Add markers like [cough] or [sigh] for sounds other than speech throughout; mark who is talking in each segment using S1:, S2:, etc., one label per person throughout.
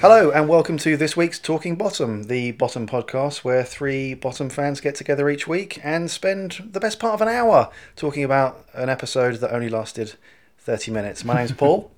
S1: Hello, and welcome to this week's Talking Bottom, the bottom podcast where three bottom fans get together each week and spend the best part of an hour talking about an episode that only lasted 30 minutes. My name's
S2: [laughs]
S1: Paul,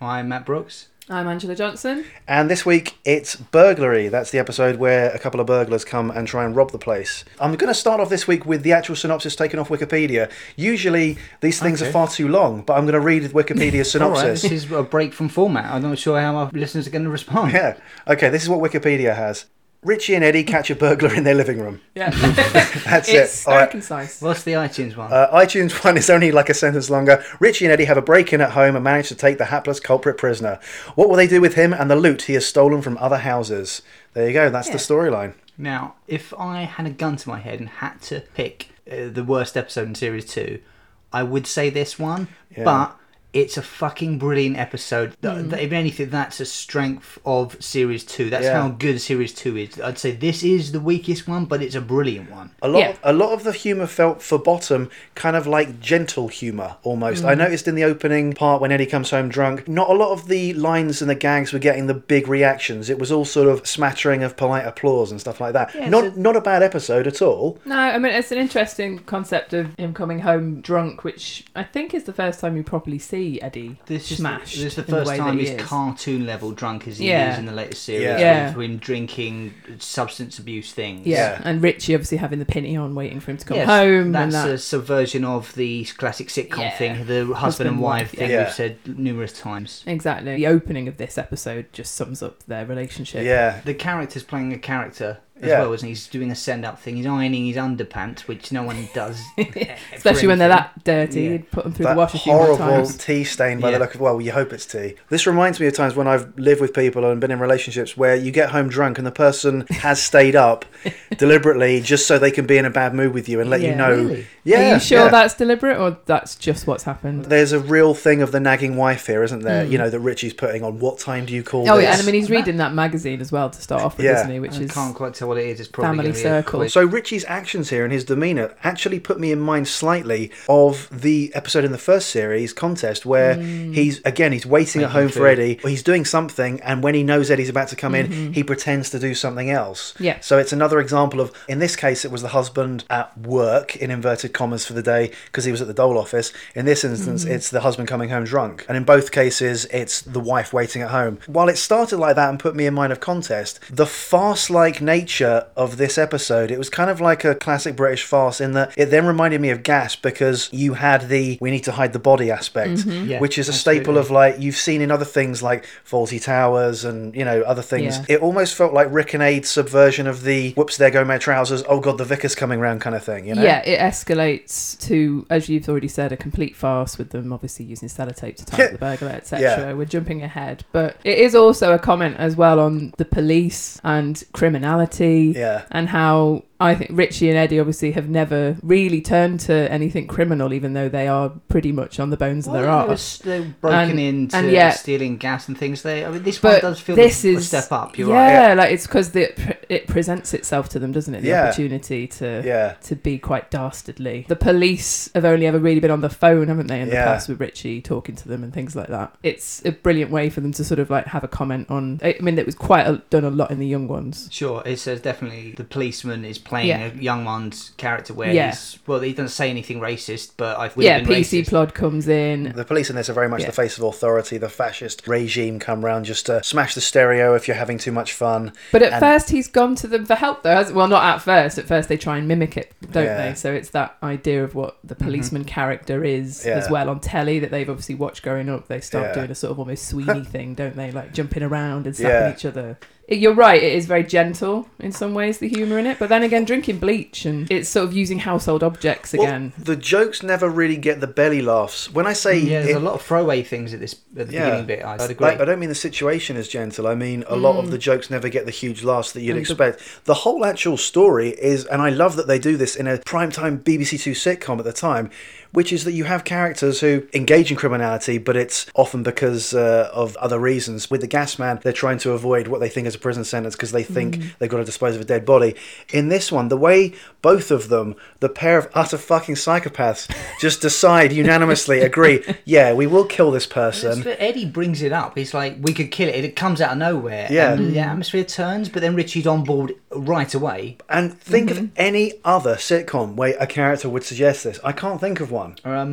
S2: I'm Matt Brooks.
S3: I'm Angela Johnson.
S1: and this week it's Burglary. That's the episode where a couple of burglars come and try and rob the place. I'm going to start off this week with the actual synopsis taken off Wikipedia. Usually these things
S2: Okay.
S1: are far too long, but I'm going to read Wikipedia's
S2: [laughs] All right,
S1: synopsis.
S2: this is a break from format. I'm not sure how our listeners are going to
S1: [laughs]
S2: respond.
S1: Yeah. Okay, this is what Wikipedia has. Richie and Eddie catch a burglar in their living room.
S3: Yeah,
S1: That's
S3: [laughs] it's
S1: it. All
S3: very
S1: right.
S3: concise.
S2: What's the iTunes one?
S1: Uh, iTunes [laughs] one is only like a sentence longer. Richie and Eddie have a break in at home and manage to take the hapless culprit prisoner. What will they do with him and the loot he has stolen from other houses? There you go. That's the
S3: Yeah.
S1: storyline.
S2: now, if I had a gun to my head and had to pick uh, the worst episode in series two, I would say this one. But it's a fucking brilliant episode. Th- th- if anything, that's a strength of series two. That's
S1: Yeah.
S2: how good series two is. I'd say this is the weakest one, but it's a brilliant one.
S1: A lot,
S3: Yeah.
S1: a lot of the humour felt for Bottom kind of like gentle humour almost.
S3: Mm.
S1: I noticed in the opening part when Eddie comes home drunk, not a lot of the lines and the gags were getting the big reactions. It was all sort of smattering of polite applause and stuff like that.
S2: Yeah,
S1: not
S2: so-
S1: not a bad episode at all.
S3: No, I mean it's an interesting concept of him coming home drunk, which I think is the first time you properly see Eddie
S2: This is,
S3: smashed.
S2: this is the
S3: in
S2: first
S3: way
S2: time
S3: that he
S2: he's
S3: is.
S2: cartoon level drunk as he
S3: Yeah.
S2: is in the latest series
S1: Yeah.
S3: Yeah.
S2: with him drinking substance abuse things.
S3: Yeah.
S1: Yeah.
S3: and Richie obviously having the penny on, waiting for him to come
S2: Yes,
S3: home, and
S2: That's
S3: that.
S2: a subversion of the classic sitcom
S3: Yeah.
S2: thing, the husband, and wife thing
S1: yeah.
S2: we've said numerous times.
S3: Exactly. The opening of this episode just sums up their relationship.
S1: Yeah.
S2: The character's playing a character as
S1: Yeah.
S2: well, isn't he? He's doing a send up thing. He's ironing his underpants, which no one does.
S3: [laughs] Especially when they're
S2: that.
S3: that dirty,
S2: Yeah.
S3: you'd put them through
S1: that
S3: the wash a few more
S1: horrible
S3: times.
S1: tea stain by the
S2: Yeah.
S1: look of well you hope it's tea this reminds me of times when i've lived with people and been in relationships where you get home drunk and the person has stayed
S3: [laughs]
S1: up deliberately just so they can be in a bad mood with you and let you
S3: Yeah.
S1: know
S2: Really?
S1: yeah
S3: Are you sure
S1: yeah.
S3: that's deliberate or that's just what's happened?
S1: there's a real thing of the nagging wife here isn't there you know that richie's putting on what time do you call
S3: Hmm. Oh
S1: this
S3: yeah, and I mean he's reading that magazine as well to start off with,
S1: Yeah.
S3: isn't he? Which
S2: I
S3: is
S2: can't quite tell what it is. It's probably
S3: Family
S2: gonna be a
S3: Circle.
S2: quiz.
S1: so Richie's actions here and his demeanour actually put me in mind slightly of the episode in the first series contest
S3: Hmm.
S1: where
S3: Mm.
S1: he's again he's waiting at
S2: Mm. Making
S1: home for
S2: food. Mm-hmm.
S1: Eddie. He's doing something, and when he knows Eddie's about to come in, he pretends to do something else.
S3: Yeah.
S1: So it's another example of in this case it was the husband at work in inverted commas for the day because he was at the dole office. In this instance,
S3: Mm-hmm.
S1: it's the husband coming home drunk, and in both cases it's the wife waiting at home. While it started like that and put me in mind of contest, the farce-like nature of this episode it was kind of like a classic British farce in that it then reminded me of Gas because you had the we need to hide the body aspect,
S3: Mm-hmm.
S2: Yeah,
S1: which is a staple
S2: absolutely.
S1: of like you've seen in other things like Faulty Towers and you know other things.
S3: Yeah.
S1: It almost felt like Rick and Aid's subversion of the whoops there go my trousers oh god the vicar's coming round kind of thing. You know.
S3: Yeah, it escalates to, as you've already said, a complete farce with them obviously using sellotape
S1: [laughs]
S3: to tie up the burglar, etc.
S1: Yeah.
S3: We're jumping ahead, but it is also a comment as well on the police and criminality
S1: Yeah.
S3: and how I think Richie and Eddie obviously have never really turned to anything criminal, even though they are pretty much on the bones of their
S2: Well, they were
S3: arse.
S2: s- They were broken
S3: And-
S2: into
S3: and yet-
S2: stealing gas and things. They, I mean, this one
S3: But
S2: does feel
S3: this
S2: a, a
S3: is-
S2: step up. You're right.
S3: yeah, like it's because it presents itself to them, doesn't it? The
S1: Yeah.
S3: opportunity to
S1: Yeah.
S3: to be quite dastardly. The police have only ever really been on the phone, haven't they, in the
S1: Yeah.
S3: past with Richie talking to them and things like that. It's a brilliant way for them to sort of like have a comment on. I mean, it was quite a, done a lot in the young ones.
S2: Sure, it says definitely the policeman is playing
S3: Yeah.
S2: a young man's character where
S3: Yeah.
S2: he's well, he doesn't say anything racist, but I would
S3: yeah,
S2: have been
S3: PC
S2: racist.
S3: Plod comes in.
S1: The police in this are very much
S3: Yeah.
S1: the face of authority. The fascist regime come round just to smash the stereo if you're having too much fun.
S3: But at
S1: And-
S3: first, he's gone to them for help, though. hasn't- Well, not at first. At first, they try and mimic it, don't
S1: Yeah. Mm-hmm.
S3: they? So it's that idea of what the policeman character is
S1: Yeah.
S3: as well on telly that they've obviously watched growing up. They start
S1: Yeah.
S3: doing a sort of
S1: [laughs]
S3: almost Sweeney thing, don't they? Like jumping around and slapping
S1: Yeah.
S3: each other. It- you're right. It is very gentle in some ways, the humour in it. But then again, drinking bleach and it's sort of using household objects
S1: Well,
S3: again.
S1: the jokes never really get the belly laughs. When I say
S2: Yeah, there's
S1: it-
S2: a lot of throwaway things at this at the
S1: Yeah.
S2: beginning bit. I, I'd agree.
S1: Like, I don't mean the situation is gentle. I mean a lot of the jokes never get the huge laughs that you'd
S3: And the-
S1: expect. The whole actual story is, and I love that they do this in a primetime BBC Two sitcom at the time. which is that you have characters who engage in criminality, but it's often because uh, of other reasons. With the gas man, they're trying to avoid what they think is a prison sentence because they think they've got to dispose of a dead body. In this one, the way both of them, the pair of utter fucking psychopaths, just decide unanimously, agree, yeah, we will kill this person.
S2: But Eddie brings it up. He's like, we could kill it. and It comes out of nowhere.
S1: Yeah.
S2: And the
S3: Mm.
S2: atmosphere turns, but then Richie's on board right away.
S1: And think
S3: Mm-hmm.
S1: of any other sitcom where a character would suggest this. I can't think of one.
S2: Or uh,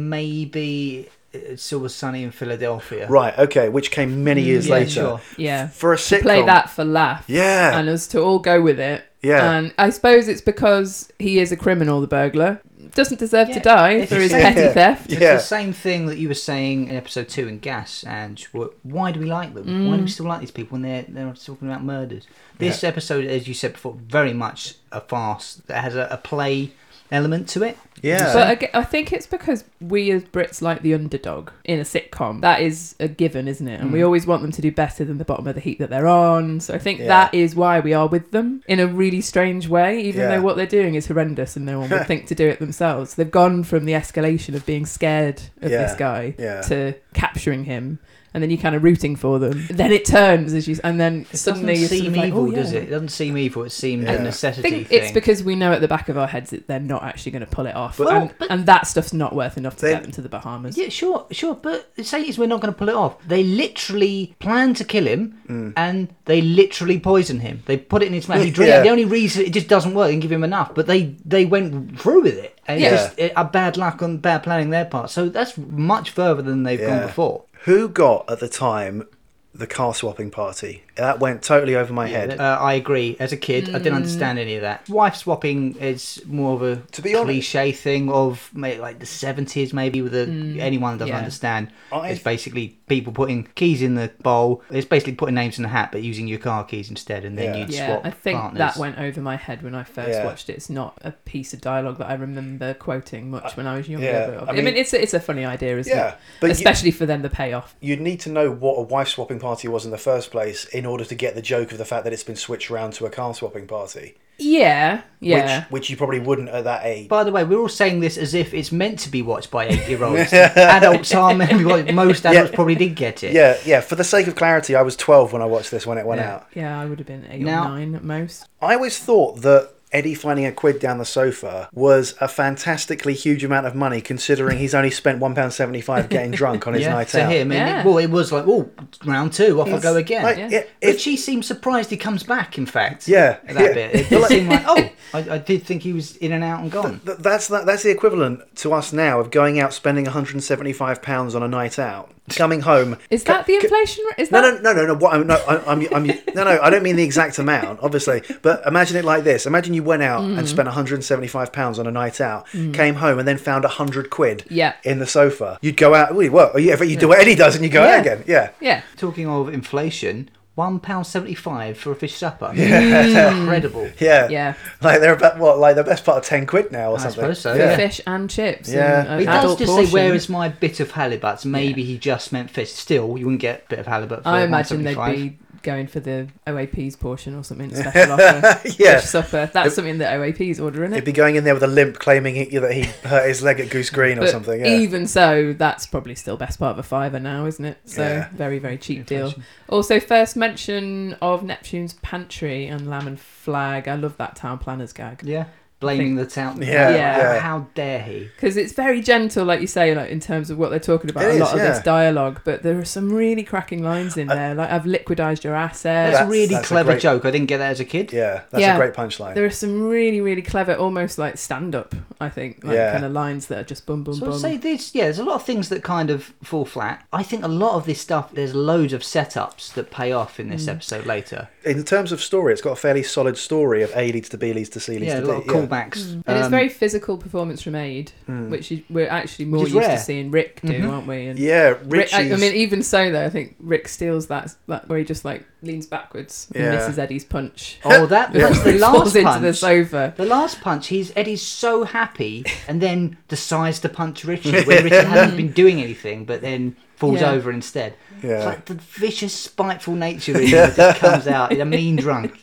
S2: maybe it's Silver Sunny in Philadelphia.
S1: Right, okay, which came many years
S2: yeah,
S1: later.
S2: sure.
S3: Mm, Yeah.
S1: For a sitcom.
S3: Play that for laugh.
S1: Yeah.
S3: And us to all go with it.
S1: Yeah.
S3: And I suppose it's because he is a criminal, the burglar. Doesn't deserve
S2: Yeah.
S3: to die for his petty
S1: Yeah.
S3: theft.
S2: It's
S1: Yeah.
S2: the same thing that you were saying in episode two in Gas, and wh- why do we like them? Why
S3: Mm.
S2: do we still like these people when they're, they're talking about murders? This episode, as you said before, very much a farce that has a, a play element to it.
S1: Yeah.
S3: But aga I think it's because we as Brits like the underdog in a sitcom. That is a given, isn't it?
S1: Mm.
S3: And we always want them to do better than the bottom of the heap that they're on. So I think
S1: Yeah.
S3: that is why we are with them in a really strange way, even
S1: Yeah.
S3: though what they're doing is horrendous and no
S1: [laughs]
S3: one would think to do it themselves. They've gone from the escalation of being scared of
S1: Yeah.
S3: this guy
S1: Yeah.
S3: to capturing him. And then you're kind of rooting for them. Then it turns as you, and then
S2: It
S3: suddenly
S2: doesn't
S3: you're
S2: seem
S3: sort of like,
S2: evil,
S3: oh,
S2: does
S3: yeah.
S2: it? It doesn't seem evil. It seems
S1: Yeah.
S2: a necessity
S3: I think
S2: thing.
S3: it's because we know at the back of our heads that they're not actually going to pull it off,
S1: But-
S3: and, and that stuff's not worth enough to
S1: They-
S3: get them to the Bahamas.
S2: Yeah, sure, sure. But the saying is we're not going to pull it off. They literally plan to kill him,
S1: Mm.
S2: and they literally poison him. They put it in his mouth.
S1: [laughs]
S2: He drinks
S1: Yeah.
S2: it. The only reason it just doesn't work and give him enough, but they they went through with it. And
S1: Yeah.
S2: it's just it, a bad luck on bad planning their part. So that's much further than they've
S1: Yeah.
S2: gone before.
S1: Who got at the time the car swapping party? That went totally over my head.
S2: Uh, I agree. As a kid, I
S3: Hmm.
S2: didn't understand any of that. Wife swapping is more of a
S1: To be honest-
S2: cliche thing of maybe like the seventies, maybe with a, anyone that doesn't
S3: Hmm. yeah.
S2: understand.
S1: I-
S2: It's basically people putting keys in the bowl. It's basically putting names in the hat, but using your car keys instead, and then
S1: Yeah.
S2: you'd
S3: Yeah,
S2: swap
S3: I think
S2: partners.
S3: that went over my head when I first
S1: Yeah.
S3: watched it. It's not a piece of dialogue that I remember quoting much when I was younger.
S1: yeah,
S3: but
S1: I
S3: I, mean,
S1: mean-
S3: it's a, it's a funny idea, isn't
S1: Yeah,
S3: it?
S1: but you-
S3: especially for them the payoff.
S1: You'd need to know what a wife swapping party was in the first place in order to get the joke of the fact that it's been switched around to a car swapping party,
S3: Yeah, yeah.
S1: which, which you probably wouldn't at that age.
S2: By the way, we're all saying this as if it's meant to be watched
S1: [laughs]
S2: by eight-year-olds. adults are meant to be watched. Most adults probably did get it.
S1: yeah, yeah. For the sake of clarity, I was 12 when I watched this when it went
S2: Yeah.
S1: out.
S3: yeah, I would have been eight
S2: Now-
S3: or nine at most.
S1: I always thought that Eddie finding a quid down the sofa was a fantastically huge amount of money, considering he's only spent £1.75 getting drunk on his
S2: [laughs] Yeah,
S1: night
S2: to
S1: out.
S2: him. And
S3: Yeah.
S2: it, well, it was like, oh, round two, off I go again.
S1: Like,
S3: Yeah.
S1: yeah,
S2: But
S1: if-
S2: she seems surprised he comes back. In fact,
S1: Yeah,
S2: at [laughs] that
S1: yeah.
S2: bit it did seem like, oh, I, I did think he was in and out and gone.
S1: Th- That's that, that's the equivalent to us now of going out spending 175 pounds on a night out, coming home.
S3: Is
S1: Ca-
S3: that the
S1: ca-
S3: inflation? rate? Is
S1: No,
S3: that
S1: no, no, no, no. What I'm, no, I- I'm, I'm, no, no. I don't mean the exact amount, obviously. But imagine it like this: Imagine you went out
S3: Mm.
S1: and spent 175 pounds on a night out, came home, and then found 100 quid
S3: Yeah.
S1: in the sofa. You'd go out. Well, well, yeah, but you do what Eddie does, and you go out
S3: Yeah.
S1: again. Yeah,
S3: Yeah,
S2: Talking of inflation, one pound seventy-five for a fish supper. Yeah.
S3: [laughs]
S2: incredible.
S1: yeah,
S3: yeah.
S1: Like they're about what, like the best part of 10 quid now, or
S2: I
S1: something.
S2: suppose so,
S3: For
S2: yeah.
S3: Fish and chips.
S1: Yeah.
S3: and, uh,
S2: He does
S3: adult
S2: just say,
S3: portion.
S2: "Where is my bit of halibut?" Maybe he just meant fish. Still, you wouldn't get a bit of halibut. For
S3: I imagine they'd
S2: £1.75.
S3: be going for the OAP's portion
S1: [laughs]
S3: or something special offer.
S1: Yeah.
S3: Fish supper. That's something that OAP's ordering
S1: He'd
S3: it.
S1: be going in there with a limp, claiming he, that he hurt his leg at Goose Green or
S3: But
S1: something. Yeah.
S3: Even so, that's probably still best part of a fiver now, isn't it? So
S1: Yeah.
S3: very, very cheap deal.
S2: Inflation.
S3: Also, first mention of Neptune's pantry and lamb and flag. I love that town planners gag
S2: Yeah, blaming the town.
S1: Yeah, yeah.
S2: How dare he?
S3: because it's very gentle, like you say, like in terms of what they're talking about.
S1: It
S3: a
S1: is,
S3: lot of
S1: yeah. Uh,
S3: this dialogue, but there are some really cracking lines in there. Like I've liquidized your
S2: That's,
S3: assets.
S1: That's-
S2: a really
S1: that's a
S2: clever
S1: great-
S2: joke. I didn't get that as a kid.
S1: Yeah, that's a
S3: Yeah.
S1: great punchline.
S3: There are some really, really clever, almost like stand up, I think, like
S1: Yeah.
S3: kind of lines that are just bum bum
S2: So
S3: bum.
S2: I'd say this, yeah, there's a lot of things that kind of fall flat. I think a lot of this stuff, there's loads of setups that pay off in this episode later.
S1: In terms of story, it's got a fairly solid story of A leads to B leads to C leads
S2: Yeah, a
S1: to
S2: lot of
S1: D. yeah. Hmm.
S2: callbacks.
S3: Mm. and it's
S2: Um,
S3: very physical performance from Aid,
S1: Mm.
S3: which is, we're actually more
S2: is
S3: used
S2: rare.
S3: to seeing Rick do, aren't we? And
S1: Yeah,
S3: Rick,
S1: Richie's.
S3: I, I mean, even so, though, I think Rick steals that, that where he just like leans backwards and
S1: Yeah.
S3: misses Eddie's punch.
S2: [laughs] Oh, that [laughs] that's the last
S3: falls into the
S2: punch. [laughs]
S3: sofa.
S2: the last punch, he's Eddie's so [laughs] happy, and then decides to punch Richard when Richard hasn't been doing anything. But then falls
S3: Yeah.
S2: over instead. It's
S1: Yeah.
S2: like the vicious, spiteful [laughs] nature in him just comes out in a mean drunk.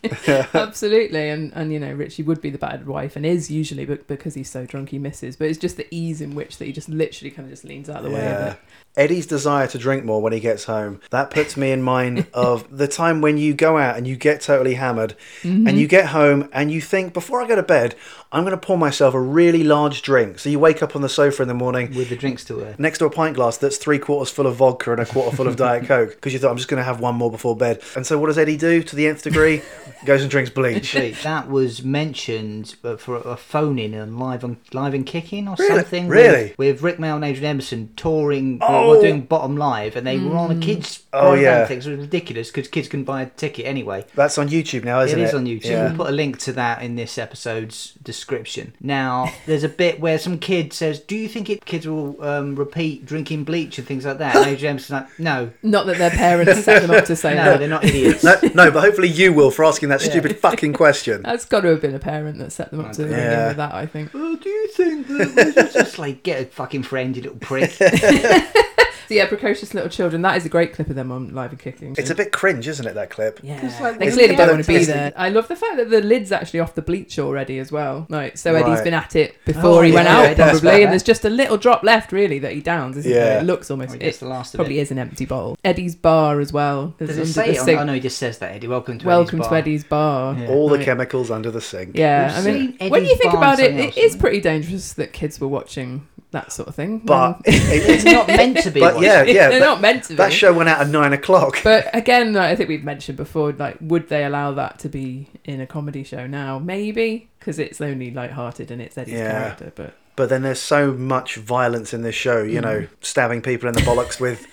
S3: Absolutely, and and you know Richie would be the battered wife, and is usually, but because he's so drunk, he misses. But it's just the ease in which that he just literally kind of just leans out of the way of
S1: Yeah.
S3: it.
S1: Eddie's desire to drink more when he gets home. That puts me in mind of the time when you go out and you get totally hammered and you get home and you think, before I go to bed, I'm going to pour myself a really large drink. So you wake up on the sofa in the morning
S2: with the drinks to her.
S1: next to a pint glass that's three quarters full of vodka and a quarter full of Diet Coke because you thought, I'm just going to have one more before bed. And so what does Eddie do to the nth degree? Goes and drinks bleach. [laughs]
S2: Actually, that was mentioned uh, for a phone in on live on live and kicking or
S1: Really?
S2: something.
S1: Really?
S2: with, with Rick Mail and Adrian Emerson touring,
S1: Oh.
S2: well, doing bottom live, and they were on a kids.
S1: Oh,
S2: program
S1: yeah.
S2: thing, so it was ridiculous because kids couldn't buy a ticket anyway.
S1: That's on YouTube now, isn't it?
S2: it is on YouTube.
S1: Yeah.
S2: We'll put a link to that in this episode's description. Now, there's a bit where some kid says, "Do you think it, kids will um, repeat drinking bleach and things like that?" And Adrian Emerson's
S1: [laughs]
S2: like, "No,
S3: Not that their parents set them up to say
S2: no,
S3: that.
S2: they're not idiots."
S1: No, no, but hopefully you will for asking that stupid fucking question.
S3: [laughs] That's got to have been a parent that set them up to ringing
S1: Yeah.
S3: with that.
S2: [laughs]
S3: I think.
S2: Well, "Oh, do you think that just like get a fucking friend, you little prick?
S3: So yeah, precocious little children. That is a great clip of them on live and kicking.
S1: It's a bit cringe, isn't it, that clip?
S3: Yeah,
S2: It's like-
S3: they
S1: It's
S3: clearly don't
S1: so
S3: want to be
S1: tasty.
S3: there. I love the fact that the lid's actually off the bleach already as well. Like, so Eddie's
S1: Right.
S3: been at it before
S2: Oh,
S3: he
S2: yeah,
S3: went
S2: yeah,
S3: out
S2: it does
S3: probably,
S2: like
S3: and
S2: that.
S3: there's just a little drop left really that he downs, isn't there?
S1: Yeah.
S3: It looks almost.
S2: Well, Oh, he gets
S3: It
S2: the last of
S3: probably
S2: it.
S3: is an empty bottle. Eddie's bar as well. There's
S2: Does it
S3: under
S2: say
S3: the
S2: it? on-
S3: sink,
S2: Oh no, he just says that Eddie. Welcome to
S3: Welcome
S2: Eddie's
S3: to
S2: bar.
S3: Eddie's bar.
S2: Yeah.
S1: All the
S3: Right.
S1: chemicals under the sink.
S3: Yeah, I
S2: We've
S3: mean,
S2: seen
S3: when you
S2: Eddie's
S3: think
S2: bar and
S3: about it,
S2: something
S3: it
S2: else,
S3: is
S2: haven't we?
S3: pretty dangerous that kids were watching that sort of thing. Um,
S1: But
S3: Well, [laughs]
S1: it-
S2: It's not
S1: [laughs]
S2: meant to be.
S1: But
S2: one.
S1: yeah, yeah,
S3: they're
S1: that-
S3: not meant to be.
S1: that show went out at nine o'clock. [laughs]
S3: But again, like, I think we've mentioned before, like, would they allow that to be in a comedy show now? Maybe because it's only light-hearted and it's Eddie's
S1: Yeah.
S3: character. But
S1: But then there's so much violence in this show,
S2: Mm.
S1: you know, stabbing people in the bollocks
S2: [laughs]
S1: with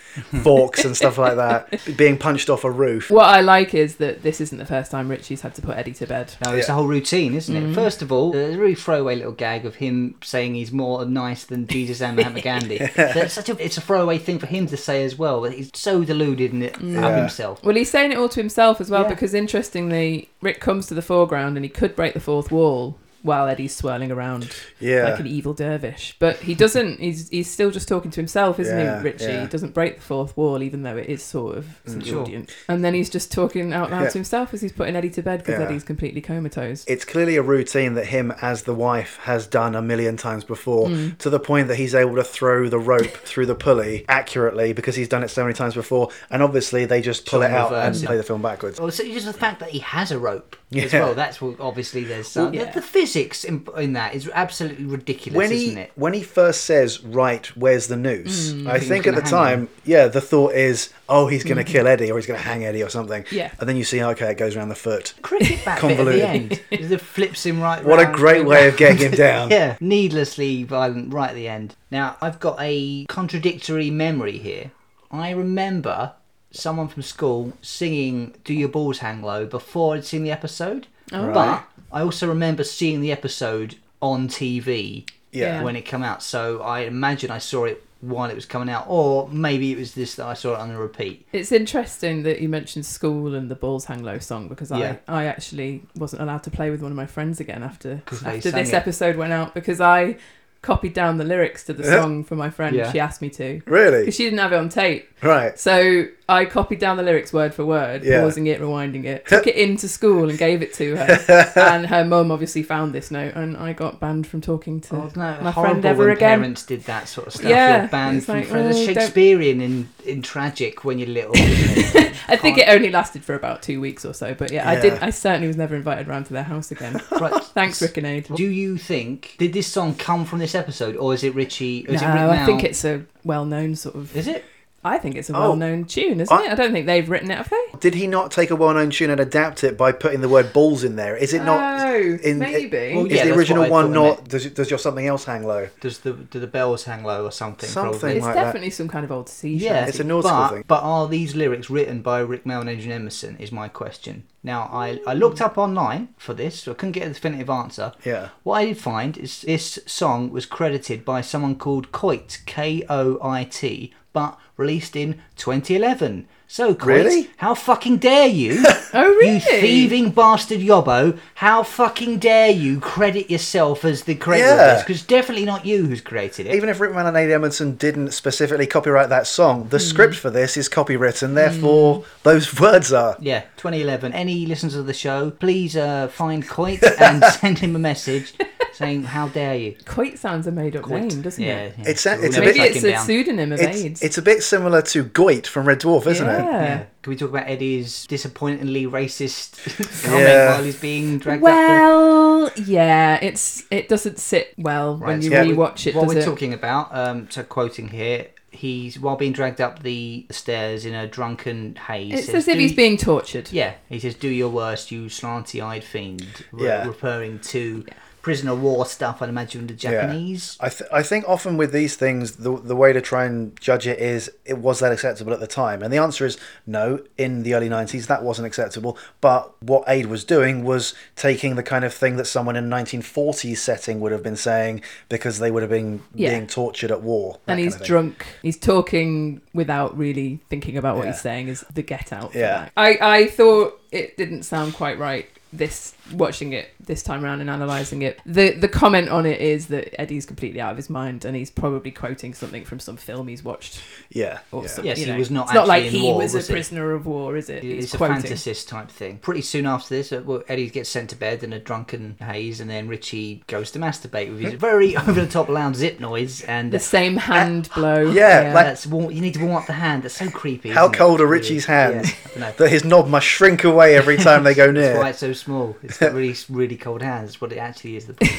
S1: forks and stuff like that, being punched off a roof.
S3: what I like is that this isn't the first time Richie's had to put Eddie to bed.
S2: No, it's
S1: Yeah.
S2: a whole routine, isn't
S1: Mm-hmm.
S2: it? First of all, there's a really throwaway little gag of him saying he's more nice than Jesus
S1: [laughs]
S2: and Mahatma Gandhi. That's such a, it's a throwaway thing for him to say as well. But he's so deluded in it of
S1: Yeah.
S2: himself.
S3: Well, he's saying it all to himself as well
S2: Yeah.
S3: because interestingly, Rick comes to the foreground and he could break the fourth wall while Eddie's swirling around like
S1: Yeah.
S3: an evil dervish. But he doesn't. He's he's still just talking to himself, isn't
S1: Yeah,
S3: he, Richie?
S1: yeah. Mm.
S3: He doesn't break the fourth wall, even though it is sort of it's the
S2: Sure.
S3: audience. And then he's just talking out loud
S1: Yeah.
S3: to himself as he's putting Eddie to bed because
S1: Yeah.
S3: Eddie's completely comatose.
S1: It's clearly a routine that him, as the wife, has done a million times before,
S2: Mm.
S1: to the point that he's able to throw the
S2: [laughs]
S1: rope through the pulley accurately because he's done it so many times before. And obviously, they just pull
S2: Sort
S1: it
S2: of
S1: out and
S2: reverse it.
S1: play the film backwards.
S2: Well, so just the fact that he has a rope as
S1: Yeah.
S2: well. That's what obviously there's some,
S3: Well, yeah.
S2: the, the physics in, in that is absolutely ridiculous,
S1: when
S2: isn't
S1: he
S2: it?
S1: when he first says right where's the noose i
S2: Mm. He's
S1: think at
S2: gonna
S1: the
S2: hang Mm.
S1: time yeah the thought is oh he's going to kill eddie or he's going to hang eddie or something
S3: Yeah.
S1: and then you see okay it goes around the foot
S2: cricket bat bit at
S1: Convoluted. [laughs]
S2: the end. It flips him right.
S1: what a
S2: round,
S1: great
S2: round.
S1: way of getting him down
S2: [laughs] Yeah, needlessly violent right at the end. Now I've got a contradictory memory here. I remember someone from school singing "Do Your Balls Hang Low" before I'd seen the episode,
S3: Oh.
S2: but I also remember seeing the episode on TV
S1: Yeah.
S2: when it came out. So I imagine I saw it while it was coming out, or maybe it was this that I saw it on a repeat.
S3: It's interesting that you mentioned school and the balls hang low song because
S2: Yeah.
S3: I, I actually wasn't allowed to play with one of my friends again after
S2: 'Cause they
S3: after
S2: sang
S3: this
S2: it.
S3: episode went out because I copied down the lyrics to the song for my friend.
S2: Yeah.
S3: She asked me to
S1: really
S3: because she didn't have it on tape.
S1: right
S3: So I copied down the lyrics word for word,
S1: Yeah.
S3: pausing it, rewinding it, took it into school and gave it to her. and her mum obviously found this note, and I got banned from talking to
S2: Oh, no,
S3: my
S2: horrible
S3: friend ever
S2: when
S3: again.
S2: Parents did that sort of stuff.
S3: Yeah,
S2: You're banned
S3: it's
S2: from
S3: like,
S2: friends.
S3: oh,
S2: It's
S3: don't-
S2: Shakespearean in, in tragic when you're little. isn't it?
S3: I think it only lasted for about two weeks or so, but yeah, I did.
S1: Yeah.
S3: I certainly was never invited round to their house again. [laughs]
S2: Right.
S3: Thanks, Rick and Aid.
S2: Do you think did this song come from this episode, or is it Richie? Or
S3: No,
S2: is it Rick
S3: I think
S2: Mail?
S3: it's a well-known sort of.
S2: Is it?
S3: I think it's a
S1: Oh.
S3: well-known tune, isn't
S1: I-
S3: it? I don't think they've written it, have they?
S1: did he not take a well-known tune and adapt it by putting the word balls in there is it not
S3: oh,
S1: in-
S3: maybe.
S2: Well,
S1: is
S2: Uh, yeah, that's
S1: the
S2: what
S1: original
S2: I
S1: one
S2: thought I
S1: not does, does your something else hang low
S2: Does the do the bells hang low or something?
S1: Something.
S2: Probably.
S3: it's
S1: like that.
S3: definitely some kind of old sea.
S2: Yeah,
S1: It's a nautical
S2: but,
S1: thing.
S2: But are these lyrics written by Rick Mail and Adrian Emerson? Is my question. Now I I looked up online for this, so I couldn't get a definitive answer.
S1: yeah
S2: What I did find is this song was credited by someone called Coit, K O I T, but released in 2011. So, Coit,
S1: Really?
S2: how fucking dare [laughs] you?
S3: Oh, really?
S2: You thieving bastard yobbo, how fucking dare you credit yourself as the creator of
S1: Yeah.
S2: this? Because definitely not you who's created it.
S1: Even if Rickman and Nate Edmondson didn't specifically copyright that song,
S2: Mm.
S1: the script for this is copywritten, therefore those [laughs] words are.
S2: yeah, 2011. Any listeners of the show, please uh, find
S3: [laughs]
S2: Coit and send him a message saying, how dare you?
S3: Quite sounds a made up
S2: Coit.
S3: name, doesn't
S2: yeah,
S3: it?
S2: yeah.
S1: It's a-
S2: We'll
S1: it's a
S2: never
S1: bit-
S3: Maybe
S2: track
S3: it's
S2: him
S3: a
S2: down.
S3: pseudonym of
S1: It's,
S3: AIDS.
S1: it's a bit similar to Goit from Red Dwarf, isn't it?
S3: yeah.
S2: Yeah. Can we talk about Eddie's disappointingly racist [laughs] comment
S1: Yeah.
S2: while he's being dragged up?
S3: Well, yeah, it's it doesn't sit well when
S2: Right,
S3: you
S2: so what we-
S3: rewatch it.
S2: What
S3: does
S2: we're
S3: it?
S2: talking about, um, so quoting here, he's while being dragged up the stairs in a drunken haze.
S3: it's
S2: says,
S3: as if
S2: "Do
S3: he's
S2: y-
S3: being tortured.
S2: Yeah, he says, "Do your worst, you slanty-eyed fiend," re-
S1: Yeah.
S2: referring to prisoner of war stuff. I'd imagine the Japanese.
S1: I, th- I think often with these things, the, the way to try and judge it is it was that acceptable at the time? And the answer is no, in the early 90s, that wasn't acceptable. But what AID was doing was taking the kind of thing that someone in a 1940s setting would have been saying because they would have been
S3: Yeah.
S1: being tortured at war. that
S3: and
S1: kind
S3: he's
S1: of thing.
S3: drunk. He's talking without really thinking about what
S1: Yeah.
S3: he's saying. Is the get out? for
S1: Yeah.
S3: that. I I thought it didn't sound quite right. This watching it this time around and analysing it, the the comment on it is that Eddie's completely out of his mind and he's probably quoting something from some film he's watched
S1: Yeah.
S3: or
S1: yeah.
S3: something.
S2: Yes,
S3: you
S2: he
S3: know.
S2: was not
S3: It's not like
S2: actually in
S3: he
S2: war,
S3: was,
S2: was
S3: a
S2: he?
S3: prisoner of war, is
S2: It's
S3: it? he's
S2: a
S3: quoting.
S2: fantasist type thing. Pretty soon after this, uh, well, Eddie gets sent to bed in a drunken haze, and then Richie goes to masturbate with
S1: [laughs]
S2: his very over the top loud zip noise. And uh,
S3: The same hand blow.
S1: Uh, yeah, like-
S2: that's warm, you need to warm up the hand. That's so creepy.
S1: How
S2: isn't it?
S1: cold are
S2: Really?
S1: Richie's hands?
S2: Yeah, I don't know.
S1: That his knob must shrink away every time they go near.
S2: That's why it's so small. It's
S1: [laughs]
S2: got really, really cold hands. That's what it actually is. The problem.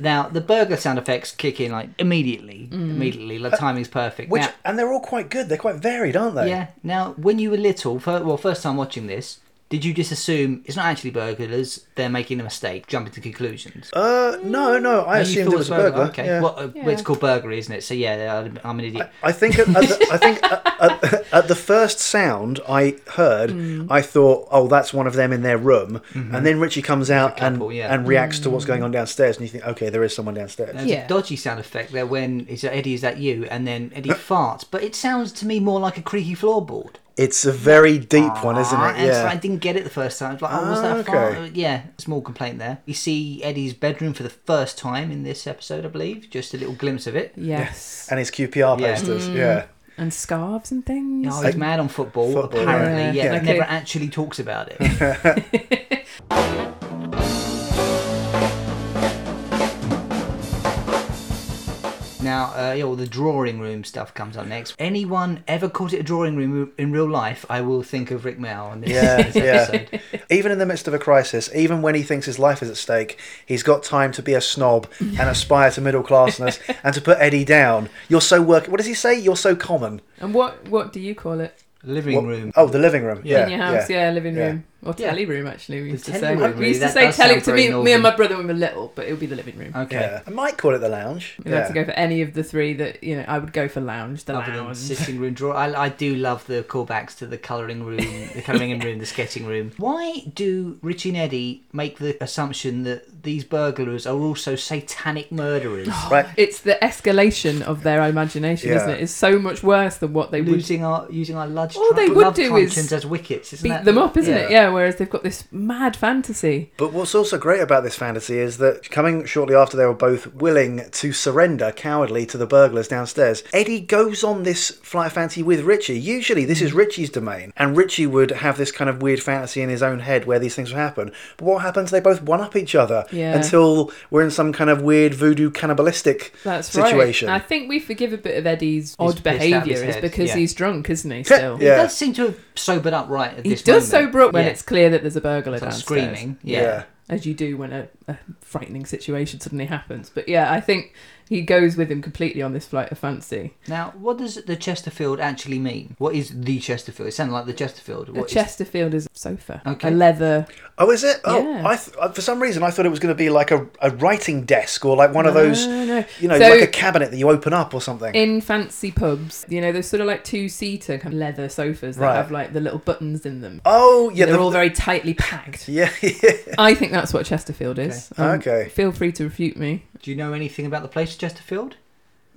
S2: now the burger sound effects kick in like immediately.
S3: Mm.
S2: Immediately, the timing's perfect.
S1: Uh, Which
S2: Now-
S1: and they're all quite good. They're quite varied, aren't they?
S2: yeah. Now, when you were little, fir- well, first time watching this, did you just assume it's not actually burglars? They're making a mistake, jumping to conclusions.
S1: Uh, no, no. I
S2: No, you
S1: assumed
S2: thought
S1: it was a
S2: it's burglar,
S1: burglar.
S2: Okay.
S1: yeah.
S2: Well, uh,
S3: Yeah.
S2: it's called burglary, isn't it? So yeah, I'm- I'm an idiot.
S1: I think at, at the, I think at, at, at the first sound I heard,
S2: Mm.
S1: I thought, "Oh, that's one of them in their room." And then Richie comes out
S2: Mm-hmm. couple,
S1: and
S2: yeah. Mm.
S1: and reacts to what's going on downstairs, and you think, "Okay, there is someone downstairs."
S2: There's
S3: Yeah.
S2: a dodgy sound effect there when it's uh, Eddie, is that you? And then
S1: [laughs]
S2: Eddie farts, but it sounds to me more like a creaky floorboard.
S1: It's a very deep one, isn't
S2: Ah,
S1: it?
S2: and so I
S1: Yeah.
S2: didn't get it the first time. It's like, oh, was
S1: Ah,
S2: that fart?
S1: okay.
S2: Yeah, small complaint there. You see Eddie's bedroom for the first time in this episode, I believe. Just a little glimpse of it.
S3: Yes.
S1: And his QPR
S2: Yeah. Mm.
S1: posters. Yeah.
S3: And scarves and things.
S2: No, he's mad on football,
S1: Football,
S2: apparently,
S3: yeah.
S2: yeah,
S3: Yeah.
S2: but never
S3: Okay.
S2: actually talks about it. [laughs] now, uh, yeah, well, the drawing room stuff comes up next. Anyone ever called it a drawing room in real life, I will think of Rick Mao on this,
S1: Yeah,
S2: [laughs] this
S1: yeah.
S2: episode.
S1: Even in the midst of a crisis, even when he thinks his life is at stake, he's got time to be a snob and aspire to middle
S2: [laughs]
S1: classness and to put Eddie down. You're so work. What does he say? You're so common.
S3: And what what do you call it
S2: Living
S1: What-
S2: room.
S1: Oh, the living room. Yeah,
S3: in your house? Yeah, living
S1: yeah.
S3: room or
S2: Yeah.
S3: telly room. Actually, we
S2: The
S3: used to
S2: telly
S3: say.
S2: room,
S3: we used to
S2: really,
S3: say
S2: that does
S3: telly
S2: sound
S3: to
S2: very
S3: me. Me and
S2: northern.
S3: my brother when we were little, but it would be the living room.
S2: Okay.
S1: Yeah. I might call it the lounge.
S3: We'd have to go for any of the three that you know. I would go for lounge, the
S2: Other than
S3: lounge.
S2: sitting room drawer, I, I do love the callbacks to the colouring room, the colouring in room, the sketching room. [laughs] Why do Richie and Eddie make the assumption that these burglars are also satanic [laughs] murderers,
S1: Right.
S3: Oh, It's the escalation of their imagination,
S1: Yeah.
S3: isn't it? It's so much worse than what they would
S2: losing our using our lunch
S3: All they
S2: tran-
S3: would
S2: love
S3: do is
S2: truncheons as wickets? Isn't
S3: beat
S2: that-
S3: them up, isn't
S1: Yeah.
S3: it? Yeah. Whereas they've got this mad fantasy.
S1: But what's also great about this fantasy is that coming shortly after they were both willing to surrender cowardly to the burglars downstairs, Eddie goes on this flight of fantasy with Richie. Usually, this
S3: Hmm.
S1: is Richie's domain, and Richie would have this kind of weird fantasy in his own head where these things would happen. But what happens? They both one up each other
S3: Yeah.
S1: until we're in some kind of weird voodoo cannibalistic
S3: That's
S1: situation.
S3: right. And I think we forgive a bit of Eddie's odd
S2: pissed out of his
S3: behaviour is
S2: head,
S3: because
S2: yeah.
S3: he's drunk, isn't he? Still,
S2: He
S1: Yeah.
S2: does seem to have sobered up right at
S3: he
S2: this
S3: does
S2: moment.
S3: sober up when
S2: Yeah.
S3: it's clear that there's a burglar
S2: Sort of
S3: downstairs.
S2: screaming. Yeah.
S1: Yeah.
S3: as you do when a, a frightening situation suddenly happens. But yeah, I think he goes with him completely on this flight of fancy.
S2: Now, what does the Chesterfield actually mean? What is the Chesterfield? It sounded like the Chesterfield.
S3: A
S2: What is-
S3: Chesterfield is a sofa,
S2: Okay.
S3: a leather.
S1: Oh, is it? Oh,
S3: Yeah.
S1: I th- I- for some reason I thought it was going to be like a, a writing desk or like one of
S3: No,
S1: those,
S3: no.
S1: you know,
S3: So-
S1: like a cabinet that you open up or something.
S3: In fancy pubs, you know, there's sort of like two seater kind of leather sofas that
S1: Right.
S3: have like the little buttons in them.
S1: oh, yeah,
S3: They're
S1: the-
S3: all very tightly
S1: [laughs]
S3: packed.
S1: yeah, [laughs] yeah.
S3: I think that's what Chesterfield is. Um,
S1: Okay. Okay.
S3: Feel free to refute me.
S2: Do you know anything about the place Chesterfield?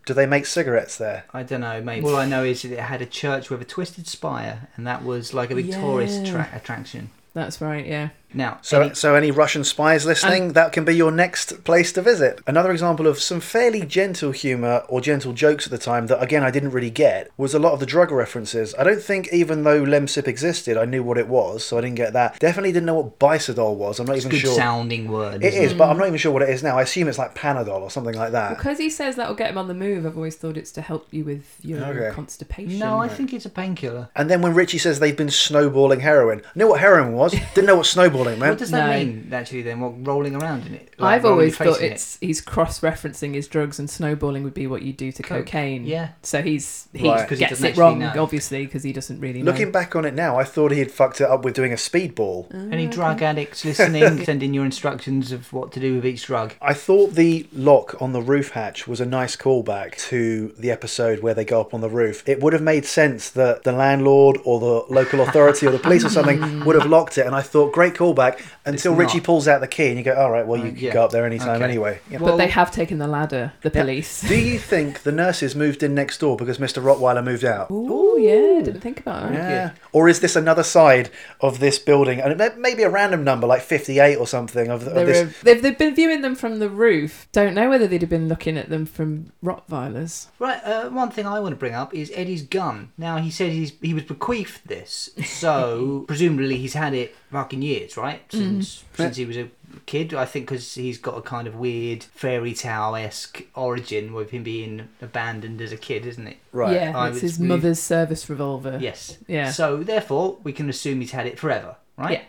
S1: Do they make cigarettes there?
S2: I don't know, mate. All I know is that it had a church with a twisted spire, and that was like a big tourist
S3: Yeah.
S2: tra- attraction.
S3: That's right. Yeah.
S2: Now,
S1: So,
S2: any-
S1: so any Russian spies listening, that can be your next place to visit. Another example of some fairly gentle humour or gentle jokes at the time that, again, I didn't really get was a lot of the drug references. I don't think, even though Lemsip existed, I knew what it was, so I didn't get that. Definitely didn't know what Bisodol was. I'm not even
S2: good
S1: sure.
S2: sounding word.
S1: It
S2: isn't
S1: is, but I'm not even sure what it is now. I assume it's like Panadol or something like that.
S3: Because he says that'll get him on the move. I've always thought it's to help you with your
S1: Okay.
S3: constipation.
S2: No, I think it's a painkiller.
S1: And then when Richie says they've been snowballing heroin, I knew what heroin was, didn't know what snowballing
S2: What
S1: meant.
S2: does that
S3: No.
S2: mean, actually, then? What, rolling around in it? Like,
S3: I've
S2: rolling
S3: always
S2: your face
S3: thought
S2: in it?
S3: it's he's cross-referencing his drugs and snowballing would be what you do to
S2: Coke.
S3: cocaine.
S2: Yeah.
S3: So he's he
S2: Right. 'Cause he
S3: gets
S2: doesn't
S3: it
S2: actually
S3: wrong
S2: know.
S3: obviously because he doesn't really know.
S1: Looking back on it now, I thought he had fucked it up with doing a speedball.
S3: Oh,
S2: Any drug addicts listening, send in your instructions of what to do with each drug.
S1: I thought the lock on the roof hatch was a nice callback to the episode where they go up on the roof. It would have made sense that the landlord or the local authority or the police or
S2: [laughs]
S1: something would have locked it, and I thought, great callback, until
S2: not.
S1: Richie pulls out the key and you go, all right, well, you
S2: Uh,
S1: can
S2: yeah.
S1: go up there anytime
S2: Okay.
S1: anyway. Yeah.
S3: but they have taken the ladder, the police.
S1: Do you think the nurses moved in next door because Mr. Rottweiler moved out?
S3: Oh yeah, didn't think about that.
S1: Yeah. Or is this another side of this building? And it may- maybe a random number, like 58 or something, of, of
S3: They
S1: this.
S3: were, they've, they've been viewing them from the roof. Don't know whether they'd have been looking at them from Rottweilers.
S2: Right, uh, one thing I want to bring up is Eddie's gun. Now, he said he's, he was bequeathed this, so presumably he's had it fucking years, right? Since since he was a kid, I think, because he's got a kind of weird fairy tale esque origin with him being abandoned as a kid, isn't it?
S1: Right.
S3: Yeah,
S2: I
S3: it's
S2: was
S3: his
S2: moved-
S3: mother's service revolver.
S2: Yes.
S3: Yeah.
S2: So, therefore, we can assume he's had it forever, right?
S3: Yeah.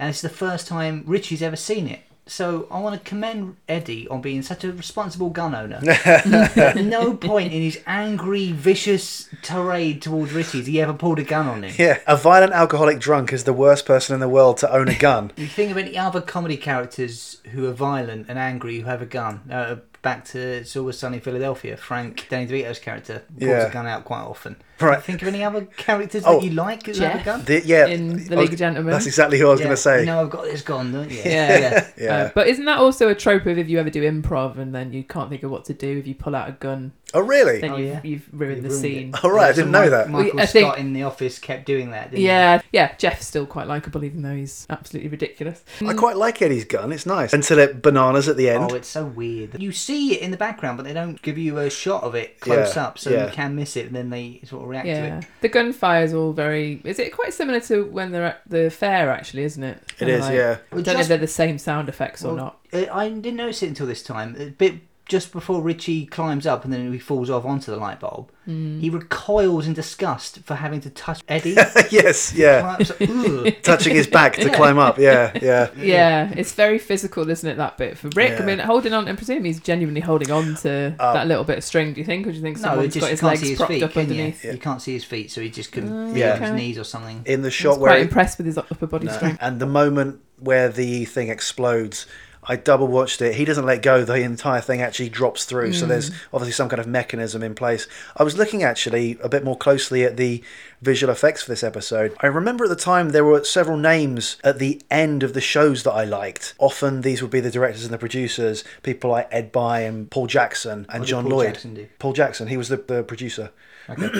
S2: And it's the first time Richie's ever seen it. So, I want to commend Eddie on being such a responsible
S1: [laughs]
S2: gun owner. At no point in his angry, vicious tirade towards Richie has he ever pulled a gun on him.
S1: Yeah. A violent alcoholic drunk is the worst person in the world to own a gun.
S2: You think of any other comedy characters who are violent and angry who have a gun. Uh, back to It's Always Sunny in Philadelphia. Frank, Danny DeVito's character, pulls
S1: Yeah.
S2: a gun out quite often.
S1: Right.
S2: Think of any other characters
S1: Oh.
S2: that you like who have a
S3: Jeff.
S2: gun?
S1: The- yeah.
S3: In The
S1: I was-
S3: League of Gentlemen.
S1: That's exactly who I was going to say.
S2: You know I've got this gone, don't you? [laughs]
S3: Yeah.
S1: yeah.
S3: Uh, but isn't that also a trope of if you ever do improv and then you can't think of what to do if you pull out a gun,
S1: oh, really?
S3: then
S2: Oh,
S3: you've,
S2: yeah.
S3: you've ruined
S2: You
S3: the
S2: ruined it. [laughs]
S3: scene. [laughs]
S1: All Oh, right. I
S2: So
S1: didn't know
S2: Mi-
S1: that.
S2: Michael
S3: Well, I
S2: Scott
S3: think-
S2: in the office kept doing that, didn't
S3: Yeah, yeah. Jeff's still quite likable, even though he's absolutely ridiculous. Mm,
S1: I quite like Eddie's gun. It's nice. Until it bananas at the
S2: he?
S1: end.
S2: Oh, it's so weird. You see it in the background, but they don't give you a shot of it close
S1: Yeah,
S2: up, so
S1: yeah.
S2: you can miss it, and then they sort of react to
S3: Yeah,
S2: it.
S3: the gunfire's all very. Is it quite similar to when they're at the fair? Actually, isn't it?
S1: it is, yeah.
S3: I don't know if
S2: Just-
S3: they're the same sound effects or
S2: Well,
S3: not.
S2: uh, I didn't notice it until this time. A bit just before Richie climbs up and then he falls off onto the light bulb,
S3: Mm.
S2: he recoils in disgust for having to touch
S1: [laughs]
S2: Eddie.
S1: yes,
S3: [laughs]
S1: yeah.
S2: Climbs up,
S1: [laughs]
S2: "Ugh."
S1: Touching his back to
S2: Yeah.
S1: climb up. Yeah, yeah.
S3: Yeah, it's very physical, isn't it? That bit for Rick.
S1: Yeah.
S3: I mean, holding on. I presume he's genuinely holding on to
S1: Oh.
S3: that little bit of string. Do you think, or do you think
S2: Uh, no, it
S3: someone's
S2: just
S3: got
S2: you can't
S3: his
S2: see
S3: legs
S2: his
S3: propped
S2: feet,
S3: up
S2: can
S3: underneath?
S2: you? You can't see his feet, so he just couldn't
S3: Oh,
S2: feel on
S1: okay.
S2: his knees or something.
S1: In the
S3: I was
S1: shot where
S3: quite
S1: he
S3: impressed with his upper body
S1: No.
S3: strength.
S1: And the moment where the thing explodes, I double watched it. He doesn't let go. The entire thing actually drops through. So
S2: Hmm.
S1: there's obviously some kind of mechanism in place. I was looking actually a bit more closely at the visual effects for this episode. I remember at the time there were several names at the end of the shows that I liked. Often these would be the directors and the producers, people like Ed By and Paul Jackson and
S2: What did
S1: John
S2: Paul
S1: Lloyd.
S2: Jackson do?
S1: Paul Jackson, he was the, the producer.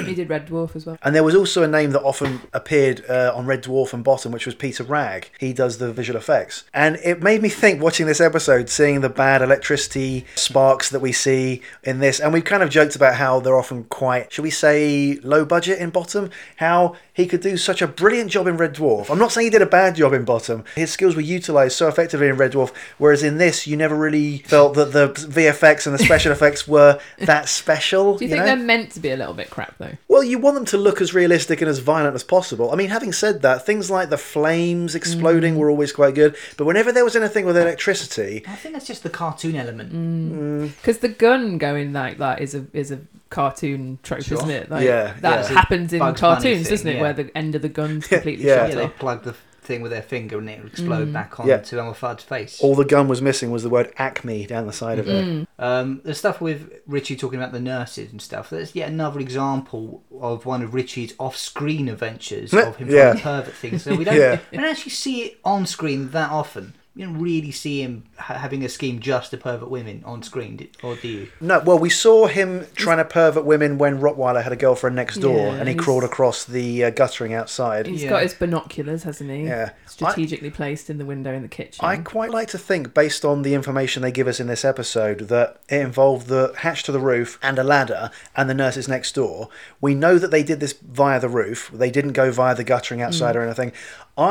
S3: he did Red Dwarf as well.
S1: [laughs] And there was also a name that often appeared uh, on Red Dwarf and Bottom, which was Peter Rag. He does the visual effects. And it made me think watching this episode, seeing the bad electricity sparks that we see in this. And we've kind of joked about how they're often quite, shall we say, low budget in Bottom, how he could do such a brilliant job in Red Dwarf. I'm not saying he did a bad job in Bottom. His skills were utilized so effectively in Red Dwarf, whereas in this, you never really felt that the VFX and the special [laughs] effects were that special.
S3: Do you,
S1: you
S3: think
S1: know?
S3: they're meant to be a little bit crap though?
S1: Well, you want them to look as realistic and as violent as possible. I mean, having said that, things like the flames exploding
S3: Mm.
S1: were always quite good, but whenever there was anything with electricity,
S2: I think that's just the cartoon element.
S1: Mm.
S3: Because the gun going like that is a is a cartoon trope,
S2: Sure.
S3: isn't it? Like,
S1: Yeah,
S3: that
S2: yeah.
S3: happens in
S2: Bugs Bunny
S3: cartoons,
S2: thing,
S3: doesn't it?
S2: yeah.
S3: Where the end of the gun's
S1: [laughs]
S3: completely
S1: Yeah.
S2: Yeah,
S3: shut
S2: they
S3: off.
S2: plug the thing with their finger and it would explode back onto
S1: Yeah.
S2: Elmer Fudd's face.
S1: all the gun was missing was the word acme down the side of it.
S3: Mm.
S2: Um, the stuff with Richie talking about the nurses and stuff, that's yet another example of one of Richie's
S1: [laughs]
S2: off screen adventures of him
S1: Yeah.
S2: trying to pervert things. So we
S1: [laughs]
S2: don't,
S1: Yeah.
S2: we don't actually see it on screen that often. you don't really see him ha- having a scheme just to pervert women on screen, d- or do you?
S1: No, well, we saw him trying to pervert women when Rottweiler had a girlfriend next door,
S3: Yeah,
S1: and he
S3: he's-
S1: crawled across the uh, guttering outside.
S3: He's
S2: Yeah.
S3: got his binoculars, hasn't he?
S1: Yeah.
S3: Strategically placed in the window in the kitchen.
S1: I quite like to think, based on the information they give us in this episode, that it involved the hatch to the roof and a ladder and the nurses next door. We know that they did this via the roof, they didn't go via the guttering outside
S3: Mm.
S1: or anything.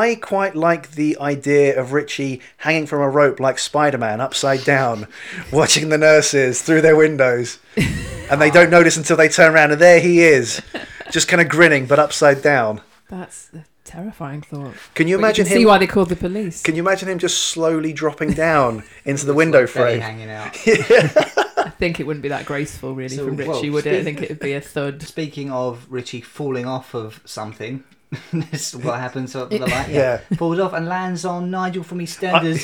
S1: I quite like the idea of Richie hanging from a rope like Spider Man upside
S3: [laughs]
S1: down, watching the nurses through their windows. And they don't notice until they turn around, and there he is, just kind of grinning but upside down.
S3: That's a terrifying thought.
S1: Can you
S3: But
S1: imagine
S3: can see
S1: him?
S3: why they called the police.
S1: Can you imagine him just slowly dropping down into the window
S2: Like, belly
S1: frame?
S2: hanging out.
S1: [laughs]
S3: I think it wouldn't be that graceful, really,
S2: So,
S3: from Richie,
S2: well,
S1: [laughs]
S3: would it? I
S2: speak-
S3: think it'd be a thud.
S2: Speaking of Richie falling off of something. [laughs] this is what happens at the
S1: [laughs]
S2: light.
S1: Yeah.
S2: Falls off and lands on Nigel from EastEnders,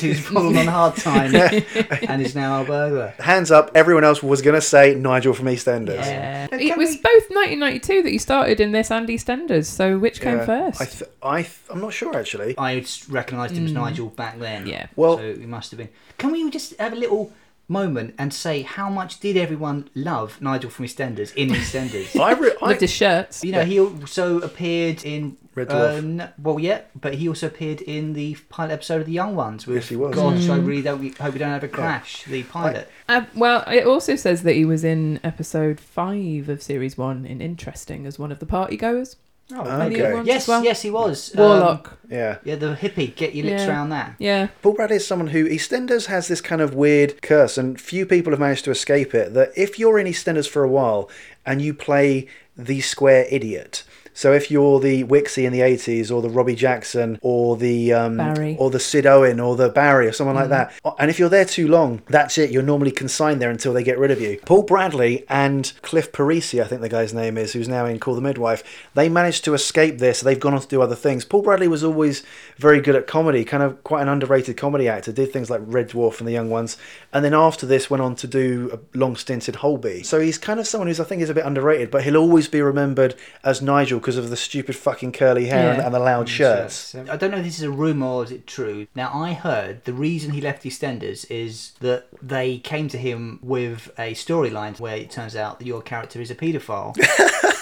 S1: [laughs]
S2: who's fallen on hard time [laughs] and is now a burglar.
S1: Hands up, everyone else was going to say Nigel from EastEnders.
S3: Yeah.
S2: But
S3: It
S2: can
S3: was
S2: we-
S3: both 1992 that you started in this and EastEnders, so which came
S1: Yeah.
S3: first?
S1: I th- I th- I'm not sure actually.
S2: I s- recognised him as Nigel back then.
S3: Mm. Yeah.
S1: Well-
S2: so he must have been. Can we just have a little moment and say how much did everyone love Nigel from EastEnders in
S3: [laughs]
S2: EastEnders?
S1: [laughs] I, re- I
S3: Loved his shirts.
S2: you know, he also appeared in
S1: Red Dwarf.
S2: n- well, yeah, but he also appeared in the pilot episode of The Young Ones. With
S1: Yes, he was.
S2: God, so
S3: Mm.
S2: I really don't, we hope we don't have a crash. The pilot.
S3: Uh, well, it also says that he was in episode five of series one in Interesting as one of the party goers.
S2: Oh,
S1: Okay.
S3: The other ones
S2: Yes,
S3: as well.
S2: yes, he was. Um,
S3: Warlock.
S1: yeah.
S2: yeah, the hippie. Get your lips
S3: Yeah.
S2: around that.
S3: yeah.
S1: Paul Bradley is someone who EastEnders has this kind of weird curse, and few people have managed to escape it. That if you're in EastEnders for a while and you play the square idiot, so if you're the Wixie in the '80s, or the Robbie Jackson, or the um,
S3: Barry.
S1: or the Sid Owen, or the Barry, or someone like that, and if you're there too long, that's it. You're normally consigned there until they get rid of you. Paul Bradley and Cliff Parisi, I think the guy's name is, who's now in Call the Midwife, they managed to escape this. They've gone on to do other things. Paul Bradley was always very good at comedy, kind of quite an underrated comedy actor. Did things like Red Dwarf and The Young Ones, and then after this went on to do a long stint in Holby. So he's kind of someone who's I think is a bit underrated, but he'll always be remembered as Nigel because of the stupid fucking curly hair and,
S3: Yeah.
S1: and the
S2: Mm,
S1: loud shirts.
S2: So, I don't know if this is a rumour or is it true. Now, I heard the reason he left EastEnders is that they came to him with a storyline where it turns out that your character is
S1: [laughs]
S2: a paedophile.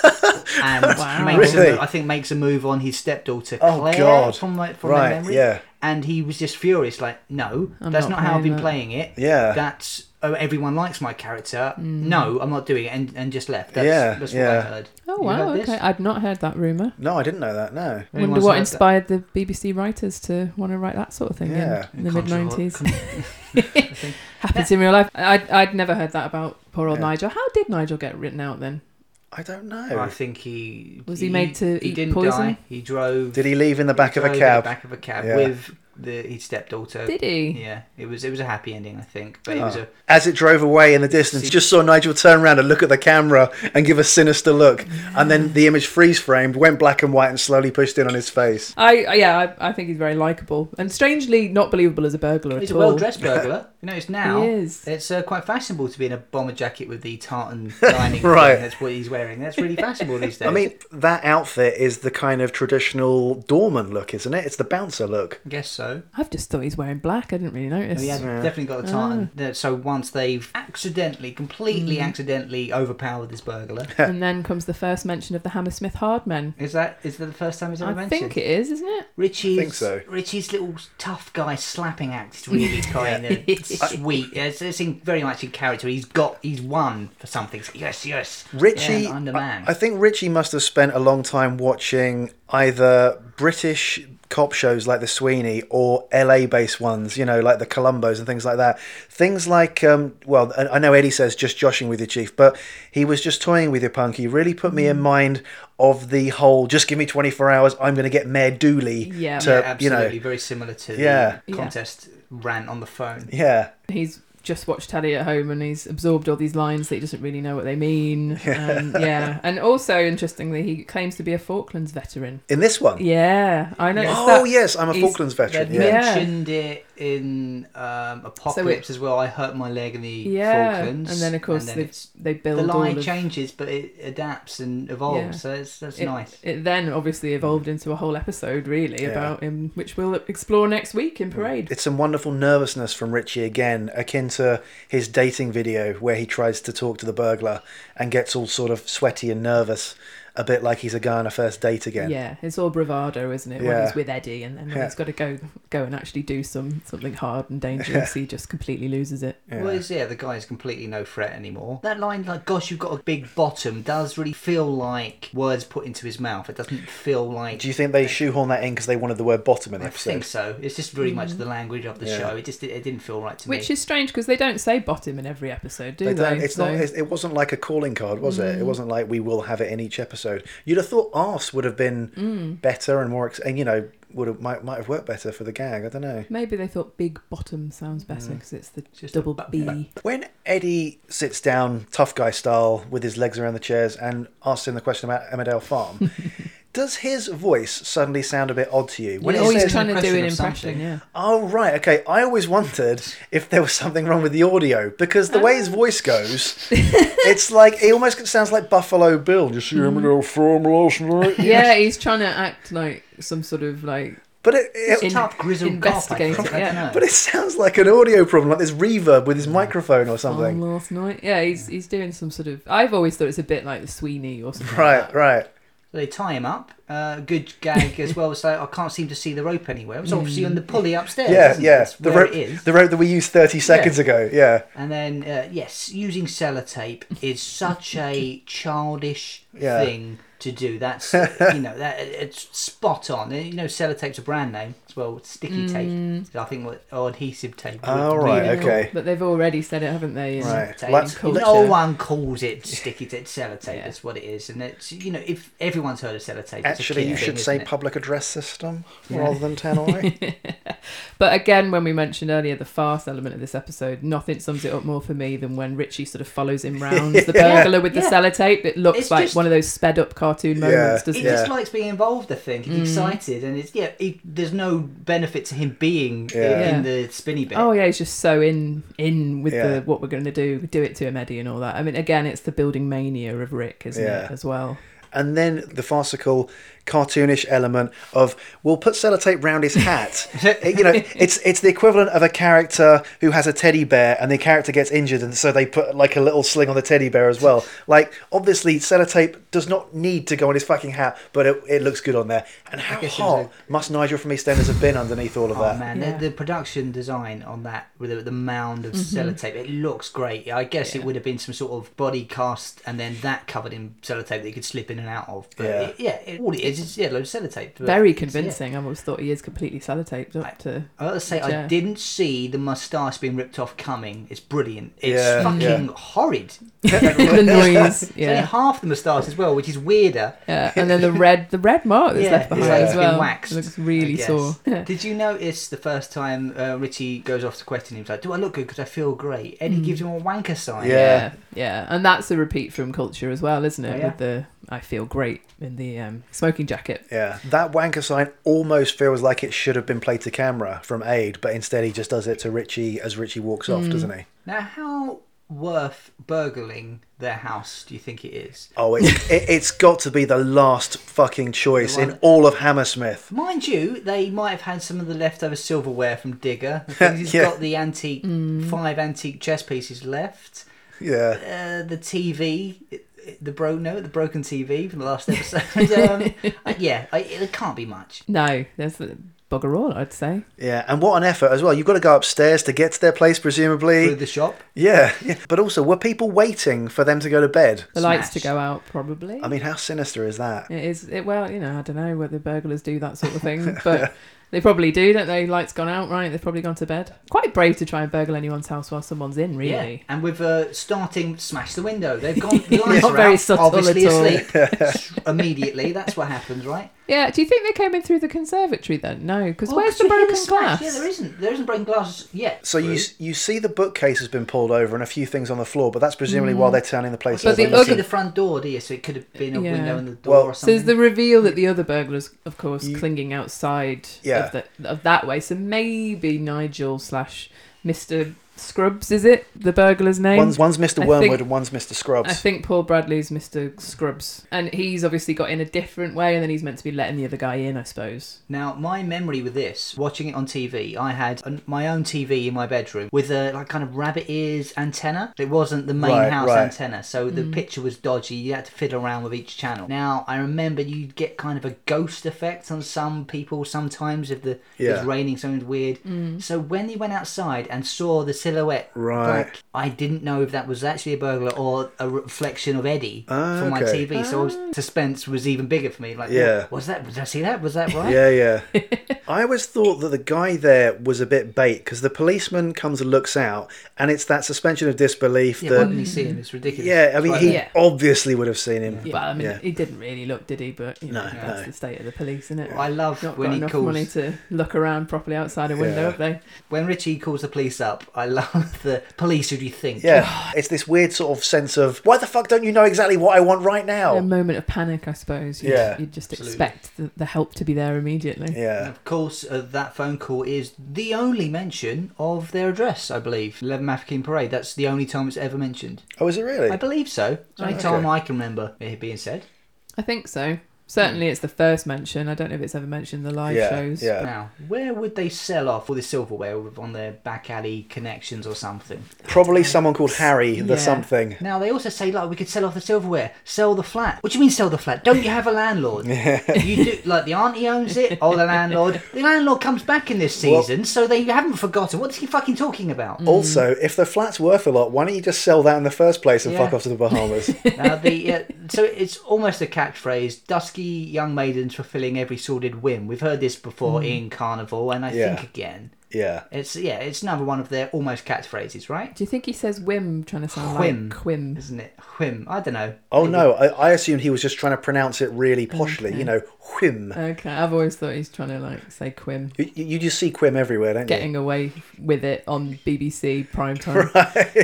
S2: and
S3: Wow.
S2: makes
S1: Really?
S2: a, mo- I think makes a move on his stepdaughter
S1: Oh,
S2: Claire
S1: God.
S2: from my from
S1: Right,
S2: my memory.
S1: yeah.
S2: And he was just furious, like, no,
S3: I'm
S2: that's
S3: not
S2: not, how I've
S3: playing
S2: been
S3: that."
S2: playing it.
S1: Yeah.
S2: That's oh, everyone likes my character.
S3: Mm.
S2: No, I'm not doing it, and, and just left. That's,
S1: Yeah,
S2: that's
S1: yeah.
S2: what I heard.
S3: Oh,
S2: You
S3: wow.
S2: heard this?
S3: Okay. I'd not heard that rumour.
S1: No, I didn't know that. No.
S3: Wonder
S2: Anyone's
S3: what
S2: heard that?
S3: inspired the BBC writers to want to write that sort of thing
S1: Yeah.
S3: in, in the mid 90s. [laughs]
S2: nineties.
S3: Happens in real life. I'd, I'd never heard that about poor old
S1: Yeah.
S3: Nigel. How did Nigel get written out then?
S1: I don't
S2: I
S1: know.
S2: think he
S3: Was he made to
S2: he
S3: eat
S2: didn't
S3: poison?
S2: Die. He drove
S1: Did he leave in the back of
S2: drove
S1: a
S2: in the
S1: cab?
S2: back of a cab
S1: Yeah.
S2: with the his stepdaughter.
S3: Did he?
S2: Uh, Yeah, it was it was a happy ending, I think. But
S1: Oh.
S2: it was a
S1: As it drove away in the distance, just saw Nigel turn around and look at the camera and give a sinister look, and then the image freeze framed, went black and white, and slowly pushed in on his face.
S3: I I- yeah, I, I think he's very likable and strangely not believable as a burglar
S2: he's
S3: at
S2: a
S3: all.
S2: well dressed
S3: [laughs]
S2: burglar. You know, it's now
S3: He is.
S2: it's uh, quite fashionable to be in a bomber jacket with
S1: [laughs]
S2: the tartan lining.
S1: Right.
S2: thing. that's what he's wearing. That's really fashionable these
S1: [laughs]
S2: days.
S1: I mean, that outfit is the kind of traditional doorman look, isn't it? It's the bouncer look.
S2: I guess so.
S3: I've just thought he's wearing black. I didn't really notice.
S2: He had [laughs] definitely got a tartan.
S3: Ah.
S2: There- So once they've accidentally, completely
S3: Mm.
S2: accidentally overpowered this
S1: [laughs]
S2: burglar,
S3: and then comes the first mention of the Hammersmith Hardmen.
S2: is that is that the first time he's ever
S3: I
S2: mentioned?
S3: think it is, isn't it?
S2: Richie's
S1: think so.
S2: Richie's little tough guy slapping act
S3: [laughs]
S2: is really kind of [laughs] sweet. It's, it's in, very much in character. He's got he's won for something. It's like, Yes, yes.
S1: Richie,
S2: Yeah, I'm the
S1: I,
S2: man.
S1: I think Richie must have spent a long time watching either British cop shows like The Sweeney or LA based ones, you know, like The Columbos and things like that. Things like, um, well, I I know Eddie says just joshing with your chief, but he was just toying with your punk. He really put me in
S3: Mm.
S1: mind of the whole just give me 24 hours, I'm going to get Mayor Dooley
S3: Yeah.
S1: to,
S2: yeah,
S1: uh, you
S2: absolutely.
S1: know.
S2: very similar to
S1: Yeah.
S2: the
S3: Yeah.
S2: contest rant on the phone.
S1: Yeah,
S3: He's just watched telly at home and he's absorbed all these lines that he doesn't really know what they mean. Um, yeah, and also interestingly, he claims to be a Falklands veteran.
S1: in this one.
S3: Yeah, I noticed
S1: Oh,
S3: that.
S1: yes, I'm a
S3: he's-
S1: Falklands
S2: They
S1: veteran. Yeah.
S2: mentioned it in um, Apocalypse
S3: it-
S2: as well. I hurt my leg in the
S3: yeah,
S2: Falklands,
S3: and then of course
S2: then
S3: they
S2: it's-
S3: they build
S2: the
S3: all
S2: line
S3: of-
S2: changes, but it adapts and evolves.
S3: Yeah.
S2: So it's, that's
S3: it,
S2: nice.
S3: It then obviously evolved into a whole episode, really,
S1: Yeah. Mm.
S3: about him, which we'll explore next week in Parade.
S1: It's some wonderful nervousness from Richie again, akin to his dating video where he tries to talk to the burglar and gets all sort of sweaty and nervous, a bit like he's a guy on a first date again.
S3: Yeah, it's all bravado, isn't it? When
S1: Yeah.
S3: he's with Eddie, and then when
S1: Yeah.
S3: he's got to go go and actually do some something hard and dangerous, he just completely loses it.
S1: Yeah.
S2: Well, it's, yeah, the guy is completely no threat anymore. That line, like, gosh, you've got a big bottom, does really feel like words put into his mouth. It doesn't feel like.
S1: Do you think they shoehorn that in because they wanted the word bottom in the
S2: I
S1: episode?
S2: think so. It's just very much the language of the
S1: Yeah.
S2: show. It just it didn't feel right to me.
S3: Mm-hmm. Which is strange because they don't say bottom in every episode, do
S1: They
S3: they?
S1: don't, it's
S3: So-
S1: not. It, it wasn't like a calling card, was it? It wasn't like we will have it in each episode. You'd have thought arse would have been
S3: mm.
S1: better and more, ex- and you know, would have might might have worked better for the gag. I don't know.
S3: Maybe they thought big bottom sounds better because it's the
S2: Just a
S3: double
S2: bu-
S3: B.
S1: Mm. When Eddie sits down, tough guy style, with his legs around the chairs, and asks him the question about Emmerdale Farm, does his voice suddenly sound a bit odd to you? When
S3: When
S2: Yeah,
S1: he
S2: it
S3: always
S1: says,
S3: trying to do
S2: impression
S3: an
S2: of something.
S3: impression,
S1: [laughs]
S3: yeah.
S1: "Oh right, okay," I always wondered if there was something wrong with the audio because the way his voice goes, it's like it almost sounds like Buffalo Bill. You see Emmerdale Farm last night,
S3: Yeah, he's trying to act like some sort of like
S1: but it, it
S3: In-
S2: Tough grizzled cop, I think.
S3: investigator,
S2: I don't
S3: yeah.
S2: know.
S1: But it sounds like an audio problem, like there's reverb with his microphone or
S3: on
S1: something.
S3: "Oh, last night. Yeah, he's he's doing some sort of. I've always thought it's a bit like the Sweeney or something. like
S1: Right,
S3: that.
S1: right.
S2: They tie him up. Uh, good gag as well. So I can't seem to see the rope anywhere. It was obviously on the pulley upstairs.
S1: Yeah,
S2: isn't it?
S1: yeah.
S2: That's
S1: The
S2: where
S1: rope,
S2: it is.
S1: the rope that we used 30 seconds ago. Yeah,
S2: And then, uh, yes, using sellotape is such a childish
S1: Yeah.
S2: thing to
S1: [laughs]
S2: do. That's you know that it's spot on. And, You know, sellotape's a brand name as well. it's Sticky
S3: Mm.
S2: tape, I think, what or adhesive tape.
S1: Oh, right,
S2: Really
S1: okay.
S3: But they've already said it, haven't they? in-
S1: Right.
S2: Tape.
S1: Let's-
S3: Cool.
S2: No
S3: Yeah.
S2: one calls it sticky tape. Sellotape.
S3: Yeah.
S2: That's what it is, and it's you know if everyone's heard of sellotape. it's a
S1: Actually,
S2: kid
S1: you
S2: thing,
S1: should
S2: isn't
S1: say
S2: it?
S1: public address system
S2: Yeah.
S1: rather
S2: [laughs]
S1: than 10i.
S3: But again, when we mentioned earlier the farce element of this episode, nothing sums it up more for me than when Richie sort of follows
S1: [laughs]
S3: him round the
S1: Yeah.
S3: burglar with
S2: Yeah.
S3: the sellotape. It looks
S2: It's
S3: like
S2: just-
S3: one of those sped up cartoon
S1: Yeah.
S3: moments,
S2: He
S3: doesn't it?
S1: Yeah.
S2: just likes being involved. I think
S3: Mm.
S2: he's excited, and it's yeah. He, there's no benefit to him being i-
S1: Yeah.
S2: in the spinny bit.
S3: Oh yeah, he's just so in in with
S1: Yeah.
S3: the what we're going to do, do it to him, Eddie, and all that. I mean, again, it's the building mania of Rick, isn't
S1: Yeah.
S3: it, as well?
S1: and then the farcical, cartoonish element of we'll put sellotape round his
S2: [laughs]
S1: hat. you know, it's it's the equivalent of a character who has a teddy bear, and the character gets injured, and so they put like a little sling on the teddy bear as well. Like obviously, sellotape does not need to go on his fucking hat, but it, it looks good on there. And how
S2: guess it
S1: hot
S2: was
S1: must Nigel from EastEnders have been underneath all of
S2: Oh
S1: that?
S2: man,
S3: Yeah.
S2: the, the production design on that with the, the mound of
S3: Mm-hmm.
S2: sellotape, it looks great. I guess it
S3: Yeah.
S2: would have been some sort of body cast and then that covered in sellotape that you could slip in and out of. But
S1: Yeah.
S2: yeah, it, yeah it, all it is is yeah, loads of sellotape. But
S3: Very
S2: it's- yeah.
S3: convincing. I've always thought he is completely sellotaped
S1: [laughs]
S3: up to.
S2: I gotta say, I
S3: Yeah.
S2: didn't see the moustache being ripped off coming. It's brilliant. It's
S1: Yeah,
S2: fucking horrid.
S3: [laughs] the
S2: [laughs]
S3: noise,
S2: It's only
S3: yeah.
S2: half the moustache as well, which is weirder.
S3: yeah, and then the red, the red mark that's
S2: Yeah,
S3: left behind
S2: it's like
S3: as
S2: it's been
S3: well.
S2: waxed,
S3: looks
S2: I
S3: really
S2: guess.
S3: sore. [laughs]
S2: Did you notice the first time uh, Richie goes off to question him, he's like, "Do I look good? Because I feel great." Eddie
S3: Mm.
S2: gives him a wanker sign.
S1: Yeah.
S3: yeah, yeah, and that's a repeat from culture as well, isn't it?
S2: Oh, Yeah.
S3: With the I feel great in the um, smoking jacket.
S1: Yeah, that wanker sign almost feels like it should have been played to camera from Aid, but instead he just does it to Richie as Richie walks
S3: Hmm.
S1: off, doesn't he?
S2: Now, how worth burgling their house do you think it is?
S3: [laughs]
S1: Oh, it's, it, it's got to be the last fucking choice
S2: The
S1: in
S2: one-
S1: all of Hammersmith.
S2: Mind you, they might have had some of the leftover silverware from Digger. I think He's
S1: Yeah.
S2: got the antique,
S3: Mm.
S2: five antique chess pieces left.
S1: Yeah.
S2: Uh, the TV, the bro no, the broken TV from the last episode.
S3: [laughs]
S2: um, uh, yeah, I, it can't be much.
S3: No, there's the bugger all. I'd say.
S1: Yeah, and what an effort as well. You've got to go upstairs to get to their place,
S2: Through
S1: presumably.
S2: the shop,
S1: Yeah, yeah. But also, were people waiting for them to go to bed?
S3: The lights to
S2: Smashed.
S3: go out, probably.
S1: I mean, how sinister is that?
S3: it is. It, well, you know, I don't know whether burglars do that sort
S2: [laughs]
S3: of thing, but they probably do, don't they? Lights gone out, right? They've probably gone to bed. Quite brave to try and burgle anyone's house while someone's in, really.
S2: yeah. And with uh, starting, smash the window.
S3: [laughs]
S2: They've gone. The lights
S3: Not
S2: are
S3: very
S2: out,
S3: subtle
S2: obviously
S3: at all.
S2: asleep. Immediately, that's what happens, right?
S3: Yeah, do you think they came in through the conservatory then? No, because
S2: Well,
S3: where's
S2: 'cause
S3: the
S2: you hear
S3: broken
S2: smash.
S3: glass?
S2: Oh, Yeah, there isn't. There isn't broken glass yet.
S1: So you you see the bookcase has been pulled over and a few things on the floor, but that's presumably while they're turning the place
S2: So
S1: over.
S3: Hmm. the
S2: you
S1: and
S2: don't
S1: you
S3: ugly-
S2: see
S1: see
S2: the front door, do you? So it could have been a
S3: Yeah.
S2: window in the door
S1: Well,
S2: or
S3: So
S2: something.
S3: there's the reveal that the other burglars, of course,
S1: You-
S3: clinging outside
S1: Yeah. Yeah.
S3: of, the, of that way. So maybe Nigel slash Mr. Scrubs, is it? The burglar's name?
S1: One's, one's Mr.
S3: I
S1: Wormwood
S3: think-
S1: and one's Mr. Scrubs.
S3: I think Paul Bradley's Mr. Scrubs. And he's obviously got in a different way, and then he's meant to be letting the other guy in, I suppose.
S2: Now, my memory with this, watching it on TV, I had an, my own TV in my bedroom with a like kind of rabbit ears antenna. It wasn't the main
S1: Right,
S2: house
S1: right.
S2: antenna, so the
S3: Mm.
S2: picture was dodgy. You had to fiddle around with each channel. Now, I remember you'd get kind of a ghost effect on some people sometimes if the if
S1: Yeah.
S2: it's raining, something's weird.
S3: Mm.
S2: So when he went outside and saw the silhouette,
S1: Right.
S2: like, I didn't know if that was actually a burglar or a reflection of Eddie
S1: Ah,
S2: from my
S1: okay. Ah.
S2: TV. So I was, suspense was even bigger for me. Like,
S1: Yeah.
S2: was that? Did I see that? Was that right?
S1: Yeah, yeah. I always thought that the guy there was a bit bait because the policeman comes and looks out, and it's that suspension of disbelief
S2: Yeah, why didn't
S1: that.
S2: he see him? It's ridiculous.
S1: Yeah, I mean,
S2: Right
S1: he
S3: Yeah.
S1: obviously would have seen him.
S3: Yeah, well, I mean,
S1: Yeah.
S3: he didn't really look, did he? But you know,
S1: No,
S3: that's
S1: no.
S3: the state of the police, isn't it?
S2: there. I love
S3: Not
S2: when
S3: got
S2: he
S3: enough
S2: calls
S3: money to look around properly outside a window,
S1: Yeah.
S3: have they?
S2: when Richie calls the police up. I love [laughs] the police. Who do you think?
S1: Yeah, it's this weird sort of sense of why the fuck don't you know exactly what I want right now?
S3: A moment of panic, I suppose. You'd,
S1: Oh. Yeah,
S3: you'd just
S2: absolutely.
S3: expect the, the help to be there immediately.
S2: And
S1: yeah,
S2: of course, uh, that phone call is the only mention of their address. I believe Eleven Mafeking Parade. That's the only time it's ever mentioned.
S1: oh, is it really?
S2: I believe so. It's the only
S1: Okay.
S2: time I can remember it being said.
S3: I think
S1: Hmm.
S3: so. Certainly, it's the first mention. I don't know if it's ever mentioned in the live
S1: yeah,
S3: shows.
S1: yeah.
S2: Now, where would they sell off all the silverware on their back alley connections or something?
S1: Probably someone called Harry the
S3: Yeah.
S1: something.
S2: Now they also say like we could sell off the silverware, sell the flat. What do you mean sell the flat? Don't you have
S1: [laughs]
S2: a landlord? you do like the auntie owns it or the landlord. The landlord comes back in this
S1: Well-
S2: season, so they haven't forgotten. What's he fucking talking about?
S1: [laughs] Also, if the flat's worth a lot, why don't you just sell that in the first place and
S2: Yeah.
S1: fuck off to the Bahamas?
S2: now the uh, so it's almost a catchphrase: dusky young maidens fulfilling every sordid whim. We've heard this before in Carnival, and I
S1: Mm. Yeah.
S2: think again,
S1: yeah.
S2: it's yeah, it's another one of their almost catchphrases, right?
S3: Do you think he says whim, trying to sound
S2: Whim.
S3: like quim?
S2: Isn't it whim? I don't know.
S1: Oh no, I, I assumed he was just trying to pronounce it really poshly. You know, whim.
S3: Okay, I've always thought he's trying to like say quim.
S1: You, you just see quim everywhere, don't you?
S3: getting away with it on BBC
S1: [laughs]
S3: prime time.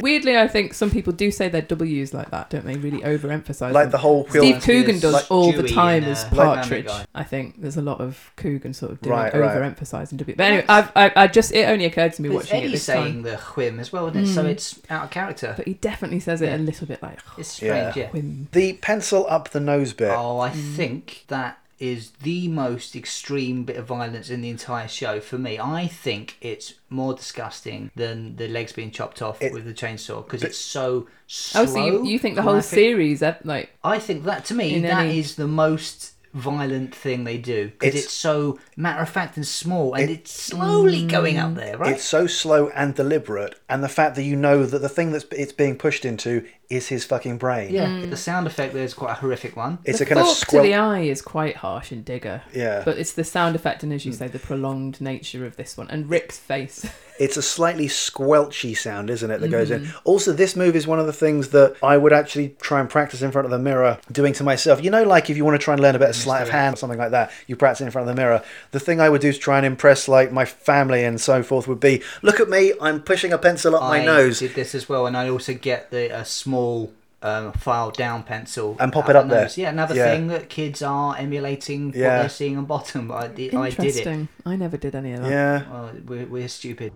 S3: Weirdly, I think some people do say their W's like that, don't they? Really overemphasize
S1: Like
S3: them.
S1: the whole wheel.
S3: Steve
S2: Like
S3: Coogan
S2: this,
S3: does
S2: like
S3: all the
S2: Dewey
S3: time
S2: in,
S3: as
S2: uh, Like Family
S3: Partridge.
S2: Guy.
S3: I think there's a lot of Coogan sort of doing
S1: Right, right.
S3: overemphasizing W. But anyway, I've, I, I just it only occurred to me
S2: But it's
S3: watching it
S2: Eddie
S3: this
S2: saying
S3: time.
S2: the whim as well, isn't it? So it's out of character.
S3: But he definitely says it a little bit like "Oh,
S2: It's strange, yeah.
S3: whim.
S1: The pencil up the nose bit.
S2: Oh, I think that is the most extreme bit of violence in the entire show for me. I think it's more disgusting than the legs being chopped off
S1: It-
S2: with the chainsaw because it's so slow.
S3: Oh, so you, you think the whole
S2: graphic.
S3: series, uh, like,
S2: I think that to me
S3: in
S2: that is
S3: any-
S2: the most violent thing they do because
S1: It's-
S2: it's, so matter of fact and small and it's slowly going up there, right?
S1: It's so slow and deliberate, and the fact that you know that the thing that's it's being pushed into is his fucking brain.
S2: yeah, the sound effect there is quite a horrific one.
S1: It's
S3: the
S1: a kind of
S3: fork
S1: squel-
S3: to the eye is quite harsh in Digger.
S1: Yeah.
S3: But it's the sound effect and, as
S2: Hmm.
S3: you say, the prolonged nature of this one. And Rick's face.
S1: It's a slightly squelchy sound, isn't it, that goes
S2: Mm-hmm.
S1: in. Also, this move is one of the things that I would actually try and practice in front of the mirror doing to myself. You know, like if you want to try and learn a bit of sleight of hand or something like that, you practice it in front of the mirror. The thing I would do to try and impress like my family and so forth would be, look at me, I'm pushing a pencil up my
S2: I
S1: nose.
S2: did this as well, and I also get the a small um, file down pencil
S1: And pop
S2: out
S1: it up
S2: the
S1: there.
S2: nose. Yeah, another
S1: Yeah.
S2: thing that kids are emulating
S1: Yeah.
S2: what they're seeing on bottom. [laughs] I did, I did it.
S3: Interesting. I never did any of that.
S1: Yeah.
S2: Well, we're, we're stupid.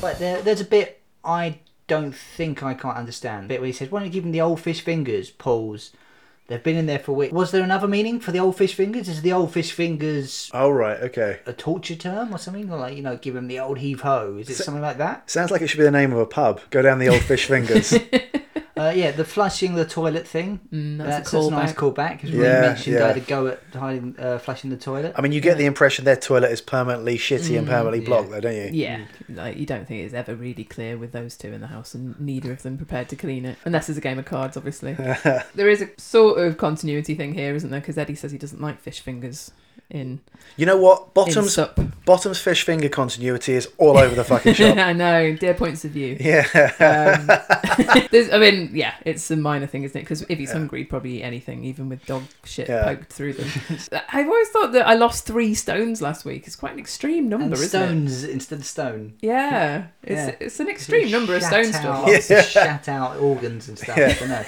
S2: But there, there's a bit I don't think I can't understand. bit where he says, "Why don't you give him the old fish fingers?" Pause. They've been in there for weeks. Was there another meaning for the old fish fingers? Is the old fish fingers
S1: Oh right, okay.
S2: a torture term or something, or like you know, give him the old heave ho. Is it something like that?
S1: Sounds like it should be the name of a pub. Go down the old
S2: [laughs]
S1: fish fingers.
S2: Uh, yeah, the flushing the toilet thing.
S3: Mm,
S2: That's,
S3: that's,
S2: that's
S3: a
S2: a nice
S3: callback.
S2: callback. Because
S1: Yeah,
S2: yeah, mentioned
S1: yeah.
S2: I had a go at hiding, uh, flushing the toilet.
S1: I mean, you get the impression their toilet is permanently shitty and permanently
S2: Mm, yeah.
S1: blocked, though, don't you? [laughs]
S3: Yeah, like you don't think it's ever really clear with those two in the house, and neither of them prepared to clean it, unless there's a game of
S1: [laughs]
S3: cards, obviously. there is a sort of continuity thing here, isn't there? Because Eddie says he doesn't like fish fingers in
S1: You know what?
S3: in
S1: Bottoms
S3: sup.
S1: Bottoms fish finger continuity is all over the fucking shop. [laughs]
S3: [laughs] I know, dear points of view.
S1: yeah. [laughs]
S3: Um, there's, I mean, yeah, it's a minor thing, isn't it? Because if he's hungry, he'd probably eat anything, even with dog shit
S1: Yeah.
S3: poked through them. I've always thought that I lost three stones last week. It's quite an extreme number,
S2: and
S3: isn't it?
S2: stones instead of stone.
S3: Yeah, it's
S2: Yeah.
S3: it's an extreme number of
S2: Shat
S3: stones
S2: out-
S3: to have
S2: lots
S3: lost.
S2: of Shat out organs and stuff. I don't know.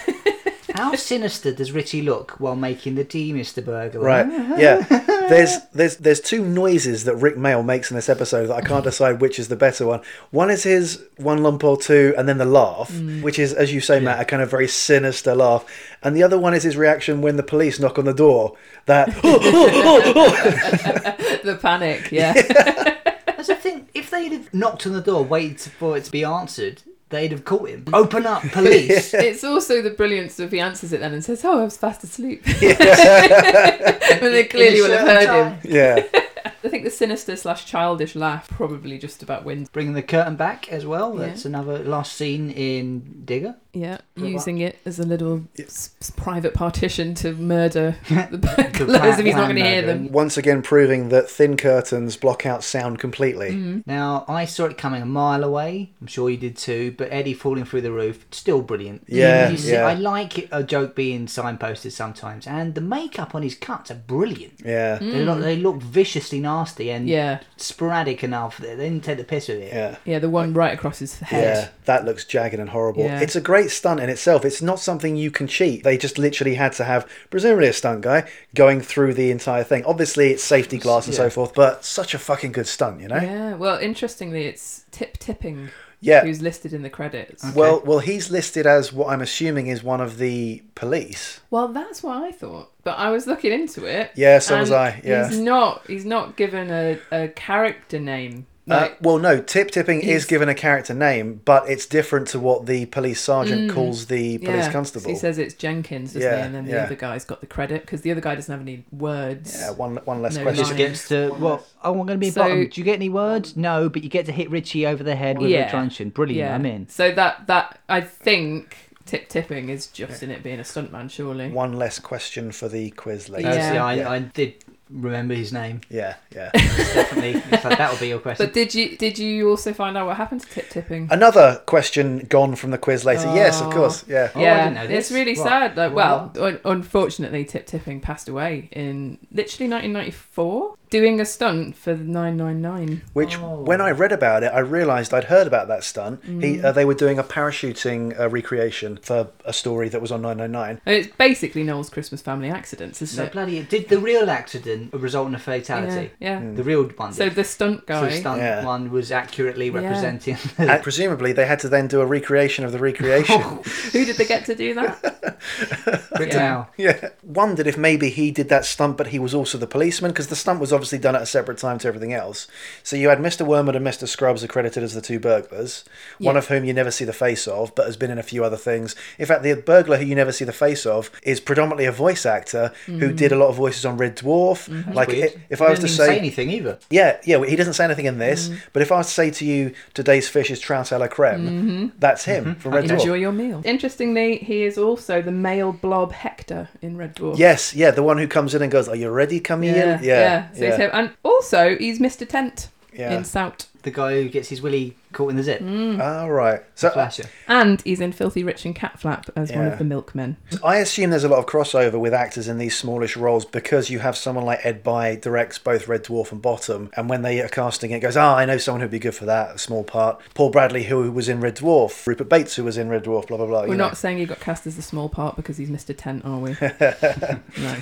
S2: How sinister does Richie look while making the D, Mr. Burglar?
S1: Right. Yeah. There's there's there's two noises that Rick Mail makes in this episode that I can't decide which is the better one. One is his one lump or two and then the laugh, which is as you say Matt a kind of very sinister laugh. And the other one is his reaction when the police knock on the door. That [laughs]
S3: the panic. Yeah.
S2: That's the thing. If they'd have knocked on the door, waited for it to be answered, they'd have caught him. Open up, police.
S3: It's also the brilliance of he answers it then and says, "Oh, I was fast asleep." [laughs] when [laughs] they clearly would have heard him.
S1: yeah.
S3: I think the sinister slash childish laugh probably just about wins.
S2: Bringing the curtain back as well.
S3: Yeah.
S2: That's another last scene in
S3: [laughs]
S2: Digger.
S3: Yeah,
S2: Well,
S3: using it as a little s- s- private partition to [laughs] murder the
S2: The
S3: burglars if he's
S2: plan
S3: not going to hear
S2: murdering.
S3: them.
S1: Once again proving that thin curtains block out sound completely.
S3: Mm.
S2: Now, I saw it coming a mile away. I'm sure you did too. But Eddie falling through the roof, still brilliant.
S1: Yeah,
S2: You see-
S1: yeah.
S2: I like it, a joke being signposted sometimes. And the makeup on his cuts are brilliant.
S1: Yeah.
S2: They, look, they look viciously nasty and
S3: Mm. Yeah,
S2: sporadic enough. that They didn't take the piss with it.
S1: Yeah.
S3: yeah, the one right across his
S1: Yeah,
S3: head.
S1: that looks jagged and horrible.
S3: Yeah.
S1: It's a great stunt in itself. It's not something you can cheat. They just literally had to have, presumably a stunt guy, going through the entire thing. Obviously, it's safety glass and so
S2: Yeah.
S1: forth, but such a fucking good stunt, you know?
S3: Yeah. well, interestingly, it's Tip Tipping
S1: Yeah.
S3: who's listed in the credits.
S1: Well, well, he's listed as what I'm assuming is one of the police.
S3: Well, that's what I thought, but I was looking into it.
S1: Yeah, so was
S3: and
S1: I, yeah.
S3: he's not. He's not given a, a character name.
S1: Uh,
S3: Like,
S1: well, no, tip tipping is
S3: He's-
S1: given a character name, but it's different to what the police sergeant calls the police
S3: Mm. yeah,
S1: constable.
S3: He says it's Jenkins, doesn't
S1: Yeah,
S3: he? And then
S1: yeah.
S3: the other guy's got the credit because the other guy doesn't have any words.
S1: yeah, one, one less
S3: No
S1: question.
S2: just
S3: Nice.
S2: gets to well. Oh, I'm going to be
S3: So- Mm.
S2: bottom. Do you get any words? No, but you get to hit Richie over the head with
S3: Yeah.
S2: a truncheon. Brilliant. I'm in.
S3: So that that I think tip tipping is just in it being a stuntman, surely.
S1: One less question for the quiz later.
S3: Yeah.
S2: Oh, see, I,
S1: Yeah.
S2: I did remember his name
S1: Yeah, yeah. [laughs]
S2: definitely. It's like, that would be your question.
S3: But did you did you also find out what happened to tip tipping?
S1: Another question gone from the quiz later. Yes, of
S3: Oh.
S1: course. Yeah.
S2: Oh, I
S3: yeah,
S2: didn't know
S3: it's
S2: this.
S3: really
S2: Right.
S3: sad. Like,
S2: Wow.
S3: well, un- unfortunately, Tip Tipping passed away in literally 1994, doing a stunt for the 999.
S1: Which,
S2: Oh.
S1: when I read about it, I realised I'd heard about that stunt. He, uh, they were doing a parachuting uh, recreation for a story that was on 999.
S3: And it's basically Noel's Christmas family accidents, isn't
S2: so
S3: it?
S2: bloody. Did the real accident result in a fatality?
S3: Yeah. yeah.
S2: The real one.
S3: So
S2: did.
S3: the stunt
S2: Mm. So
S3: guy.
S2: the stunt
S1: Yeah.
S2: one was accurately representing. [laughs]
S1: And presumably, they had to then do a recreation of the recreation.
S3: Who did they get to do that?
S2: [laughs] Rick
S3: Yeah.
S2: Mail.
S1: yeah. Wondered if maybe he did that stunt, but he was also the policeman, because the stunt was obviously done at a separate time to everything else. So you had Mr. Wormwood and Mr. Scrubs accredited as the two burglars, one
S3: Yeah.
S1: of whom you never see the face of, but has been in a few other things. In fact, the burglar who you never see the face of is predominantly a voice actor who did a lot of voices on Red Dwarf. Like,
S2: Weird.
S1: i if I was to
S2: didn't even
S1: say.
S2: say anything either.
S1: Yeah, yeah. well, He doesn't say anything in this, but if I was to say to you, "Today's fish is trout a la
S2: Um,
S1: creme," that's him from Red Dwarf.
S3: Mm. Mm-hmm. Enjoy your meal. Interestingly, he is also the male blob Hector in Red Dwarf.
S1: Yes, yeah, the one who comes in and goes, "Are you ready, Camille?"
S3: Yeah,
S1: Yeah,
S3: yeah. So he's him. and also he's Mr. Tent
S1: Yeah.
S3: in Sout,
S2: The guy who gets his willy caught in the zip.
S3: Hmm.
S1: All right. So
S2: Flasher.
S3: and he's in Filthy Rich and Catflap as one
S1: Yeah.
S3: of the milkmen.
S1: I assume there's a lot of crossover with actors in these smallish roles because you have someone like Ed By directs both Red Dwarf and Bottom, and when they are casting it, it goes, "Ah, I know someone who'd be good for that a small part." Paul Bradley, who was in Red Dwarf, Rupert Bates, who was in Red Dwarf, blah blah blah. you
S3: We're
S1: know.
S3: not saying he got cast as the small part because he's Mr. Tent, are
S1: [laughs]
S3: we? no.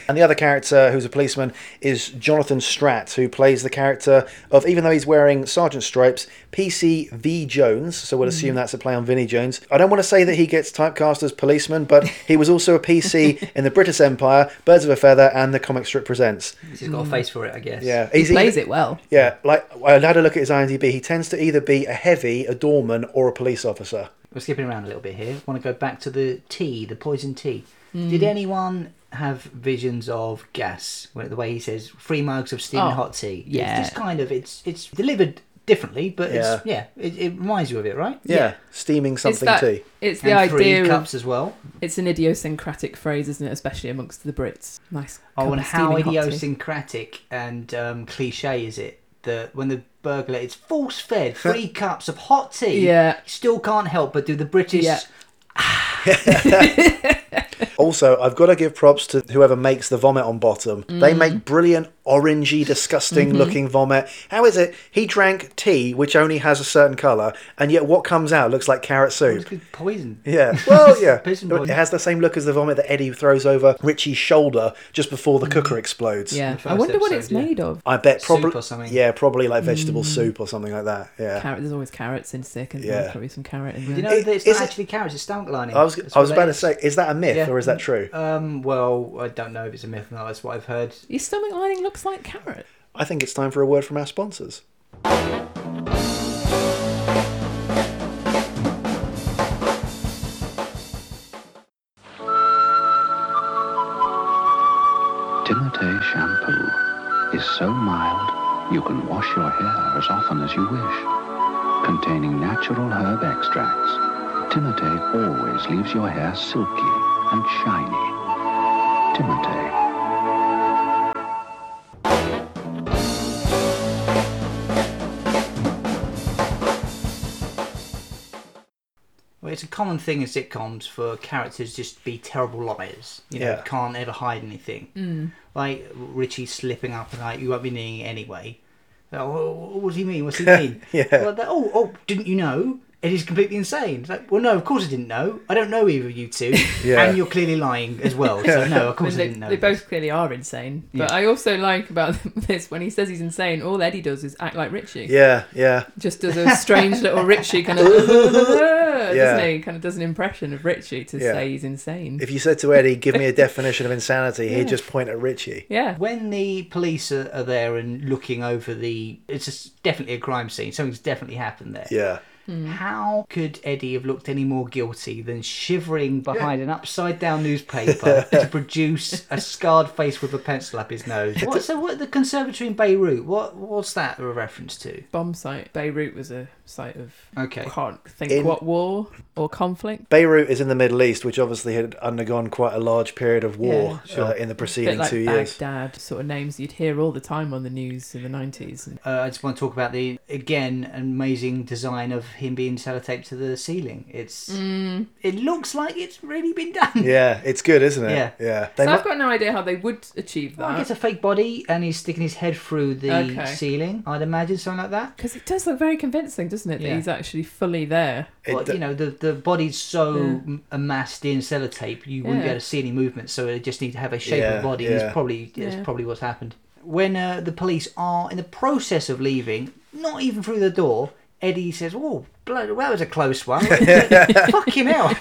S1: And the other character, who's a policeman, is Jonathan Stratt, who plays the character of, even though he's wearing sergeant stripes, PC V Jones. So we'll
S3: Mm.
S1: assume that's a play on Vinnie Jones. I don't want to say that he gets typecast as policeman, but he was also a
S3: [laughs]
S1: PC in the British Empire, Birds of a Feather, and the comic strip presents.
S2: He's
S3: Mm.
S2: got a face for it, I guess.
S1: Yeah,
S3: He
S1: he's
S3: plays
S1: either-
S3: it well.
S1: Yeah, like I had a look at his IMDb. He tends to either be a heavy, a doorman, or a police officer.
S2: We're skipping around a little bit here. Want to go back to the tea, the poison tea.
S3: Mm.
S2: Did anyone have visions of gas? Well, The way he says three mugs of steaming
S3: Oh,
S2: hot tea.
S3: yeah.
S2: It's just kind of it's it's delivered differently, but it's
S1: Yeah.
S2: yeah, it, it reminds you of it, right?
S1: Yeah,
S3: Yeah.
S1: steaming
S3: It's
S1: something
S3: that-
S1: tea.
S3: It's
S2: And
S3: the idea.
S2: three
S3: of-
S2: cups as well.
S3: it's an idiosyncratic phrase, isn't it? Especially amongst the Brits. Nice.
S2: Oh,
S3: cup
S2: and
S3: of
S2: how
S3: steaming hot tea.
S2: idiosyncratic and um, cliche is it that when the burglar is force fed three cups of hot tea,
S3: Yeah.
S2: he still can't help but do the British
S3: Yeah.
S1: Also, I've got to give props to whoever makes the vomit on bottom. They
S2: Mm.
S1: make brilliant, orangey, disgusting
S2: Mm-hmm.
S1: looking vomit. How is it? He drank tea, which only has a certain colour, and yet what comes out looks like carrot soup.
S2: It's good poison. [laughs]
S1: Yeah. Well, yeah.
S2: Piss and
S1: It has the same look as the vomit that Eddie throws over Richie's shoulder just before the cooker explodes.
S3: Yeah.
S2: the
S3: I wonder
S2: first
S3: what it's
S2: episode, Mm-hmm. yeah.
S3: made of.
S1: I bet
S2: Soup
S1: probably
S2: or something. Mm.
S1: yeah, probably like vegetable soup or something like that. Yeah.
S3: Carrot. There's always carrots in sick, and
S1: Yeah.
S3: there's probably some carrot in there.
S2: You know,
S1: It-
S2: it's
S1: is
S2: not
S1: it-
S2: actually carrots, it's stomach lining.
S1: I was
S2: That's
S1: I was
S2: what
S1: about
S2: it
S1: to
S2: is.
S1: say, is that a myth
S2: Yeah.
S1: or is that true?
S2: Um, well, I don't know if it's a myth or not. That's what I've heard.
S3: Your stomach lining looks like carrot.
S1: I think it's time for a word from our sponsors.
S4: Timotei shampoo is so mild you can wash your hair as often as you wish. Containing natural herb extracts, Timotei always leaves your hair silky and shiny. Timotei.
S2: Well, it's a common thing in sitcoms for characters just to be terrible liars. You know,
S1: Yeah.
S2: can't ever hide anything. Mm. Like Richie slipping up and like, you won't be needing it anyway. Oh, wh- what does he
S1: [laughs]
S2: mean? What's he mean?
S1: Yeah.
S2: Well, that, oh, oh, didn't you know? It is completely insane. It's like, well, no, of course I didn't know. I don't know either of you two,
S1: [laughs] Yeah.
S2: and you're clearly lying as well.
S1: [laughs]
S2: So no, of
S3: I
S2: course
S3: mean,
S2: I
S3: they,
S2: didn't know.
S3: they both clearly are insane. But
S2: Yeah.
S3: I also like about [laughs] this when he says he's insane, all Eddie does is act like Richie.
S1: Yeah, yeah.
S3: Just does a
S1: [laughs]
S3: strange little Richie kind of, [laughs] doesn't
S1: Yeah.
S3: he? Kind of does an impression of Richie to
S1: Yeah.
S3: say he's insane.
S1: If you said to Eddie, give me a definition of insanity, he'd just point at Richie.
S3: yeah.
S2: When the police are, are there and looking over the, it's just definitely a crime scene. Something's definitely happened there.
S1: Yeah.
S2: How could Eddie have looked any more guilty than shivering behind an upside down newspaper to produce a scarred face with a pencil up his nose? What, so, what the conservatory in Beirut? What what's that a reference to?
S3: Bomb site. Beirut was a site of
S2: Okay.
S3: can't think
S1: In-
S3: what war or conflict.
S1: Beirut is in the Middle East, which obviously had undergone quite a large period of war
S2: Yeah, sure.
S1: uh, in the
S3: bit
S1: preceding
S3: like
S1: two years.
S3: Baghdad sort of names you'd hear all the time on the news in the 90s. And
S2: Uh, I just want to talk about the again amazing design of him being sellotaped to the ceiling. It's
S3: Mm.
S2: it looks like it's really been done.
S1: Yeah, it's good, isn't it?
S2: Yeah.
S1: yeah. They
S3: so I've
S1: mu-
S3: got no idea how they would achieve
S2: Well, I
S3: that
S2: guess a fake body and he's sticking his head through the
S3: Okay.
S2: ceiling. I'd imagine something like that.
S3: because it does look very convincing, doesn't it?
S2: Yeah.
S3: That he's actually fully there.
S1: It
S2: well,
S1: d-
S2: you know, the, the body's so
S3: Yeah.
S2: m amassed in sellotape, you wouldn't be
S3: Yeah.
S2: able to see any movement. So they just need to have a shape
S1: Yeah,
S2: of body. and
S1: yeah.
S2: It's probably it's
S3: Yeah.
S2: probably what's happened. When uh, the police are in the process of leaving, not even through the door, Eddie says, "Oh, blood, well, that was a close
S3: [laughs]
S2: one. Fucking hell!"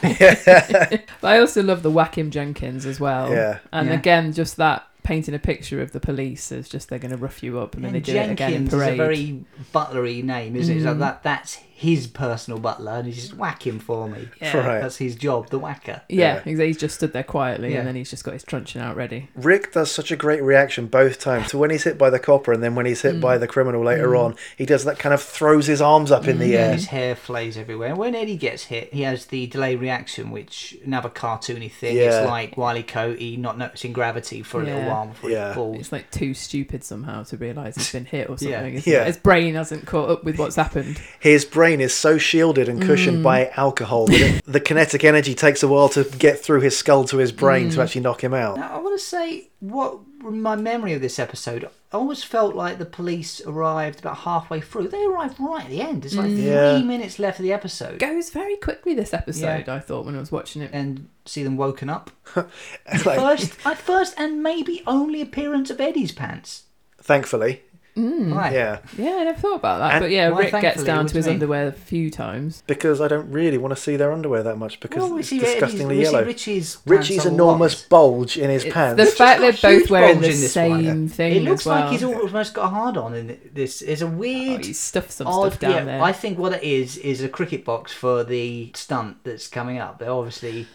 S3: But I also love the Whackim Jenkins as well.
S1: Yeah.
S3: And
S2: Yeah.
S3: again, just that painting a picture of the police as just they're going to rough you up and then
S2: And
S3: they do it again in
S2: Jenkins is
S3: parade. Mm.
S2: a [laughs] very butlery name, isn't it? It's like that, that's his personal butler, and he's just whack him for me.
S3: Yeah.
S1: Right.
S2: That's his job, the whacker.
S3: Yeah,
S1: Yeah.
S3: exactly. He's just stood there quietly
S2: Yeah.
S3: and then he's just got his truncheon out ready.
S1: Rick does such a great reaction both times. So when he's hit by the copper and then when he's hit by the criminal later on, he does that kind of throws his arms up in the
S2: Mm. Yeah,
S1: air.
S2: his hair flays everywhere. When Eddie gets hit, he has the delay reaction, which another cartoony thing.
S1: Yeah.
S2: It's like Wiley Coyote not noticing gravity for a little
S3: Yeah.
S2: while before
S1: Yeah.
S2: he falls.
S3: It's like too stupid somehow to realise he's been hit or something.
S2: [laughs] Yeah.
S3: isn't
S1: Yeah.
S3: it? His brain hasn't caught
S2: [laughs]
S3: up with what's happened.
S1: His brain is so shielded and cushioned by alcohol that it, the kinetic energy takes a while to get through his skull to his brain to actually knock him
S2: [laughs]
S1: out.
S2: Now, I want to say what my memory of this episode. I almost felt like the police arrived about halfway through. They arrived right at the end. It's like three
S1: Yeah.
S2: minutes left of the episode,
S3: goes very quickly this episode. I thought when I was watching it.
S2: and see them woken up.
S1: Like,
S2: First, at first, and maybe only appearance of Eddie's pants.
S1: thankfully,
S2: Right.
S1: yeah,
S3: Mm. Yeah, I never thought about that.
S1: And-
S3: but yeah,
S2: Why,
S3: Rick gets
S2: thankfully,
S3: down
S2: what
S3: to
S2: do you
S3: his
S2: mean?
S3: underwear a few times.
S1: because I don't really want to see their underwear that much because
S2: Well, we
S1: it's
S2: see Eddie's-
S1: disgustingly
S2: we see
S1: yellow.
S2: Richie's pants
S1: Richie's
S2: on the
S1: enormous
S2: ones.
S1: bulge in his
S3: It's
S1: pants.
S3: the
S2: Richie's
S3: fact
S2: got
S3: they're both
S2: huge
S3: wearing the
S2: bulge in this one.
S3: same thing.
S2: It looks
S3: as well.
S2: like he's almost got a hard on in this. It's a
S3: Oh,
S2: weird.
S3: he stuffed some
S2: odd-
S3: stuff down
S2: yeah,
S3: there.
S2: I think what it is is a cricket box for the stunt that's coming up. They obviously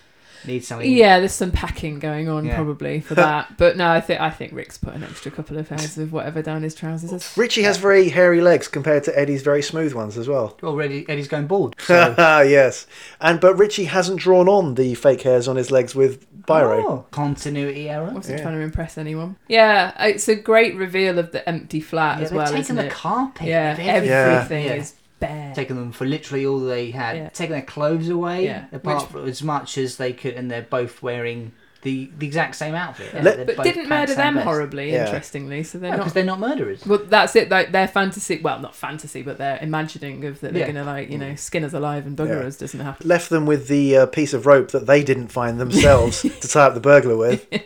S2: need something.
S3: yeah, there's some packing going on
S2: Yeah.
S3: probably
S2: [laughs]
S3: for that. But no, I think I think Rick's put an extra couple of hairs of whatever down his trousers. That's-
S1: Richie has very hairy legs compared to Eddie's very smooth ones as [laughs] well.
S2: Well, Eddie, Eddie's going
S3: [laughs]
S2: bald. So.
S1: yes, and but Richie hasn't drawn on the fake hairs on his legs with biro.
S2: Oh, continuity error.
S3: Wasn't trying to impress anyone. Yeah, uh, it's a great reveal of the empty flat
S2: Yeah,
S3: as
S2: they're
S3: well,
S2: taking
S3: isn't
S2: the
S3: it?
S2: carpet.
S3: yeah,
S2: they've
S3: everything
S1: Yeah.
S3: is bare.
S2: Taking them for literally all they had.
S3: Yeah.
S2: Taking their clothes away,
S3: Yeah.
S2: apart
S3: Which-
S2: from as much as they could, and they're both wearing the, the exact same outfit. Yeah,
S1: Let-
S2: they're
S3: But
S2: both
S3: didn't
S2: pants
S3: murder
S2: and
S3: them
S2: vest.
S3: horribly,
S1: Yeah.
S3: interestingly. So they're
S2: No, because
S3: not.
S2: they're not murderers.
S3: Well, that's it. Like their fantasy, well, not fantasy, but their imagining of that they're
S2: Yeah.
S3: gonna like you know skin us alive and bugger
S1: Yeah.
S3: us doesn't happen.
S1: Left them with the uh, piece of rope that they didn't find
S3: [laughs]
S1: themselves to tie up the burglar with. [laughs]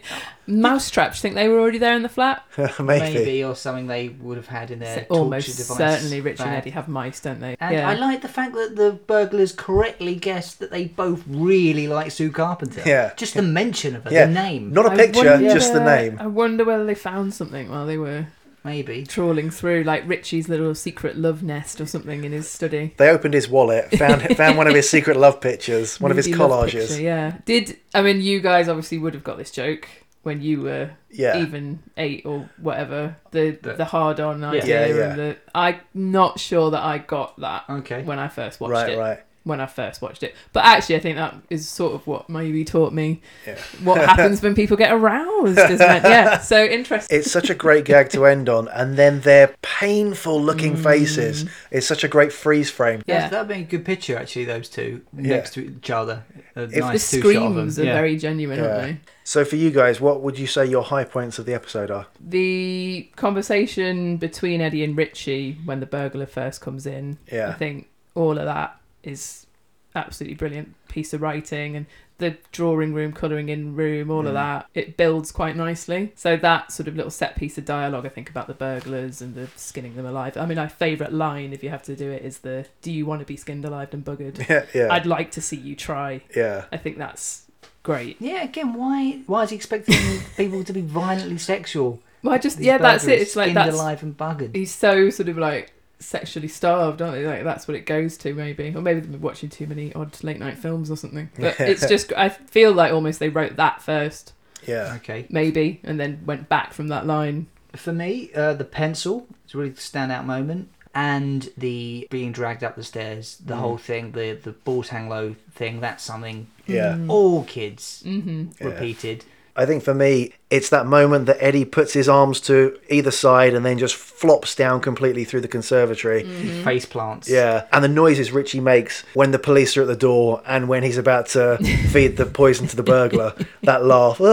S3: Mousetrap. Do you think they were already there in the flat?
S1: Maybe.
S2: Maybe. or something they would have had in their
S3: So
S2: torture
S3: almost
S2: device
S3: certainly, Rich and
S2: bag.
S3: Eddie have mice, don't they?
S2: And I like the fact that the burglars correctly guessed that they both really like Sue Carpenter.
S1: Yeah.
S2: Just the mention of her,
S1: Yeah.
S2: the name.
S1: Not a
S3: I
S1: picture,
S3: wonder-
S1: just the name.
S3: I wonder whether they found something while they were
S2: Maybe.
S3: trawling through, like Richie's little secret love nest or something in his study.
S1: They opened his wallet, found found one of his secret love pictures, one of his
S3: Moody love
S1: collages.
S3: picture, yeah. Did I mean you guys obviously would have got this joke when you were
S1: Yeah.
S3: even eight or whatever. The
S2: The-
S3: the, hard on
S1: Yeah,
S3: idea
S1: yeah.
S3: and the I'm not sure that I got that
S2: Okay.
S3: when I first watched
S1: Right,
S3: it.
S1: right.
S3: When I first watched it. But actually I think that is sort of what maybe taught me
S1: Yeah. [laughs]
S3: what happens when people get aroused. Isn't it? Yeah. So interesting.
S1: It's such a great gag to end on, and then their painful looking
S3: Mm.
S1: faces. It's such a great freeze frame.
S3: yeah.
S2: That would be a good picture, actually, those two next to each other. A
S3: the
S2: nice two shot of them.
S3: screams are
S2: Yeah.
S3: very genuine,
S1: Yeah.
S3: aren't they?
S1: So, for you guys, what would you say your high points of the episode are?
S3: the conversation between Eddie and Richie when the burglar first comes in,
S1: Yeah. [laughs]
S3: I think all of that is absolutely brilliant piece of writing and the drawing room, colouring in room,
S1: Mm.
S3: all of that, it builds quite nicely. So that sort of little set piece of dialogue I think about the burglars and the skinning them alive. I mean my favourite line if you have to do it is the do you want to be skinned alive and buggered?
S1: [laughs] Yeah, yeah,
S3: I'd like to see you try.
S1: yeah.
S3: I think that's great.
S2: Yeah, again, why why is he expecting [laughs] people to be violently sexual?
S3: Well I just
S2: These
S3: yeah, that's it.
S2: burglars
S3: It's like
S2: skinned
S3: that's
S2: alive and buggered.
S3: he's so sort of like sexually starved, aren't they? Like that's what it goes to, maybe, or maybe they've been watching too many odd late night films or
S1: [laughs]
S3: something. But it's just, I feel like almost they wrote that first,
S1: Yeah.
S2: Okay.
S3: maybe, and then went back from that line.
S2: For me, uh, the pencil is really the standout moment, and the being dragged up the stairs,
S1: Mm.
S2: the whole thing, the the balls hang low thing. That's something
S1: Yeah.
S3: Mm.
S2: all kids
S3: Mm-hmm.
S1: Yeah.
S2: repeated.
S1: I think for me, it's that moment that Eddie puts his arms to either side and then just flops down completely through the conservatory.
S3: Mm. Mm-hmm.
S2: Face plants.
S1: Yeah, and the noises Richie makes when the police are at the door and when he's about
S3: [laughs]
S1: to feed the poison to the burglar. That laugh, [laughs]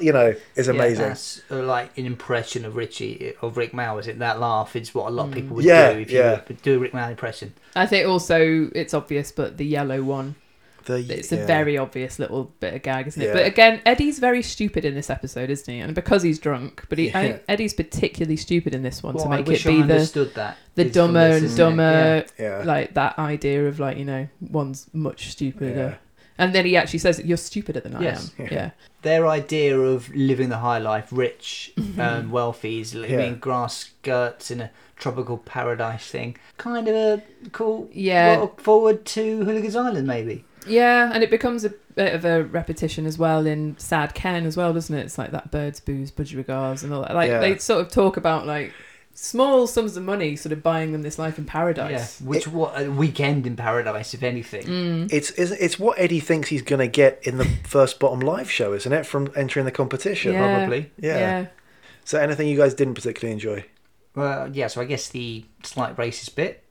S1: you know, is amazing.
S2: That's uh, like an impression of Richie uh, of Rick Mao, is it? That laugh is what a lot of
S3: Mm.
S2: people would
S1: Yeah,
S2: do if
S1: yeah.
S2: you do a Rick Mao impression.
S3: I think also it's obvious, but the yellow one,
S1: The-
S3: it's
S1: yeah.
S3: a very obvious little bit of gag, isn't it?
S1: Yeah.
S3: But again, Eddie's very stupid in this episode, isn't he? And because he's drunk, but he, I think
S1: Yeah.
S3: Eddie's particularly stupid in this one
S2: Well,
S3: to
S2: I
S3: make it
S2: wish I
S3: be the
S2: understood that.
S3: the
S2: is from
S3: dumber
S2: this,
S3: and
S2: isn't it? Yeah.
S3: dumber
S1: Yeah.
S3: like that idea of like you know one's much
S1: Yeah.
S3: stupider and then he actually says you're stupider than
S2: Yes.
S3: i am
S1: Yeah.
S3: yeah,
S2: Their idea of living the high life, rich
S3: Mm-hmm.
S2: and wealthy, is living
S1: Yeah.
S2: in grass skirts in a tropical paradise thing. Kind of a cool
S3: Yeah.
S2: look forward to Hooligans Island, maybe.
S3: yeah and it becomes a bit of a repetition as well in sad ken as well doesn't it it's like that birds booze budgerigars and all that like
S1: Yeah.
S3: they sort of talk about like small sums of money sort of buying them this life in paradise
S2: Yeah, which what a weekend in paradise, if anything.
S3: Mm,
S1: It's, it's it's what Eddie thinks he's going to get in the first bottom live show, isn't it? From entering the competition.
S3: Yeah.
S2: Probably.
S1: Yeah. So anything you guys didn't particularly enjoy?
S2: Well, yeah. So I guess the slight racist bit.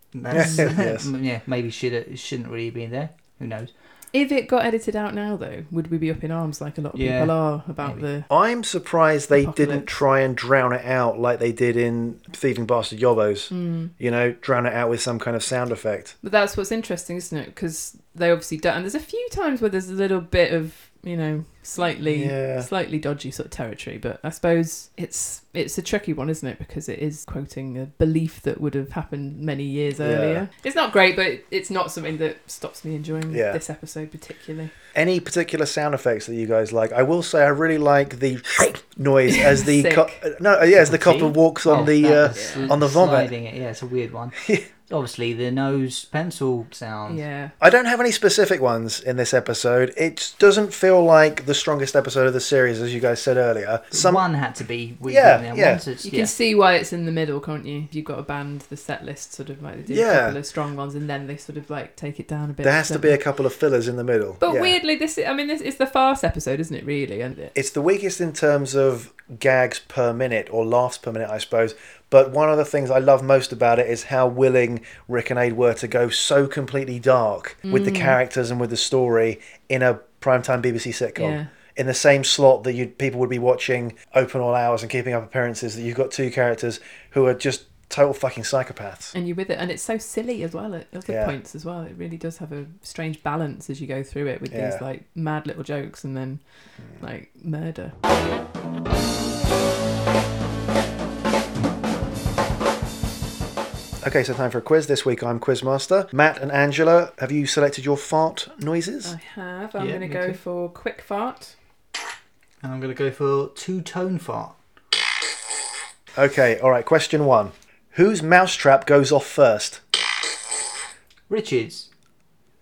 S1: [laughs]
S2: That's, [laughs]
S1: Yes.
S2: yeah, maybe should shouldn't really have been there. Who knows?
S3: if it got edited out now though would we be up in arms like a lot of
S2: Yeah.
S3: people are about the
S1: I'm surprised they didn't
S3: Apocalypse.
S1: try and drown it out like they did in Thieving Bastard Yobos.
S3: Hmm.
S1: You know, drown it out with some kind of sound effect.
S3: But that's what's interesting, isn't it? Because they obviously don't. And there's a few times where there's a little bit of you know slightly
S1: Yeah.
S3: slightly dodgy sort of territory. But I suppose it's it's a tricky one, isn't it? Because it is quoting a belief that would have happened many years
S1: Yeah.
S3: earlier. It's not great, but it's not something that stops me enjoying
S1: Yeah.
S3: this episode particularly.
S1: Any particular sound effects that you guys like? I will say I really like the [laughs] noise as the
S3: Sick.
S1: co- no, uh, yeah, as the
S2: See?
S1: copper walks on
S2: Oh,
S1: the
S2: that
S1: uh,
S2: was sl-
S1: on the vomit.
S2: sliding it, Yeah, it's a
S1: [laughs]
S2: weird one. Obviously, the nose pencil sound.
S3: Yeah.
S1: I don't have any specific ones in this episode. It doesn't feel like the strongest episode of the series, as you guys said earlier. Some
S2: one had to be weird.
S1: Yeah,
S2: and the other
S1: yeah.
S2: one, so it's-
S3: You
S2: yeah.
S3: can see why it's in the middle, can't you? You've got a band, the set list sort of like they did
S1: Yeah.
S3: a couple of strong ones, and then they sort of like take it down a bit.
S1: there has to be
S3: gently.
S1: a couple of fillers in the middle.
S3: But
S1: Yeah.
S3: weirdly, this is, I mean, this is the farce episode, isn't it? Really, isn't it?
S1: It's the weakest in terms of gags per minute or laughs per minute, I suppose. But one of the things I love most about it is how willing Rick and Aid were to go so
S3: Mm.
S1: completely dark with the characters and with the story in a primetime BBC sitcom.
S3: Yeah.
S1: in the same slot that you people would be watching open all hours and keeping up appearances. That you've got two characters who are just total fucking psychopaths.
S3: and you're with it and it's so silly as well at other
S1: Yeah.
S3: points as well it really does have a strange balance as you go through it with
S1: Yeah. Hmm.
S3: these like mad little jokes and then like murder
S1: Okay, so time for a quiz. This week I'm Quizmaster. Matt and Angela, have you selected your fart noises?
S3: [laughs] i have i'm
S2: Yeah,
S3: gonna
S2: me
S3: go
S2: too.
S3: for quick fart
S2: And I'm going to go for two tone fart.
S1: Okay, all right. Question one: Whose mousetrap goes off first? [laughs]
S2: Richards,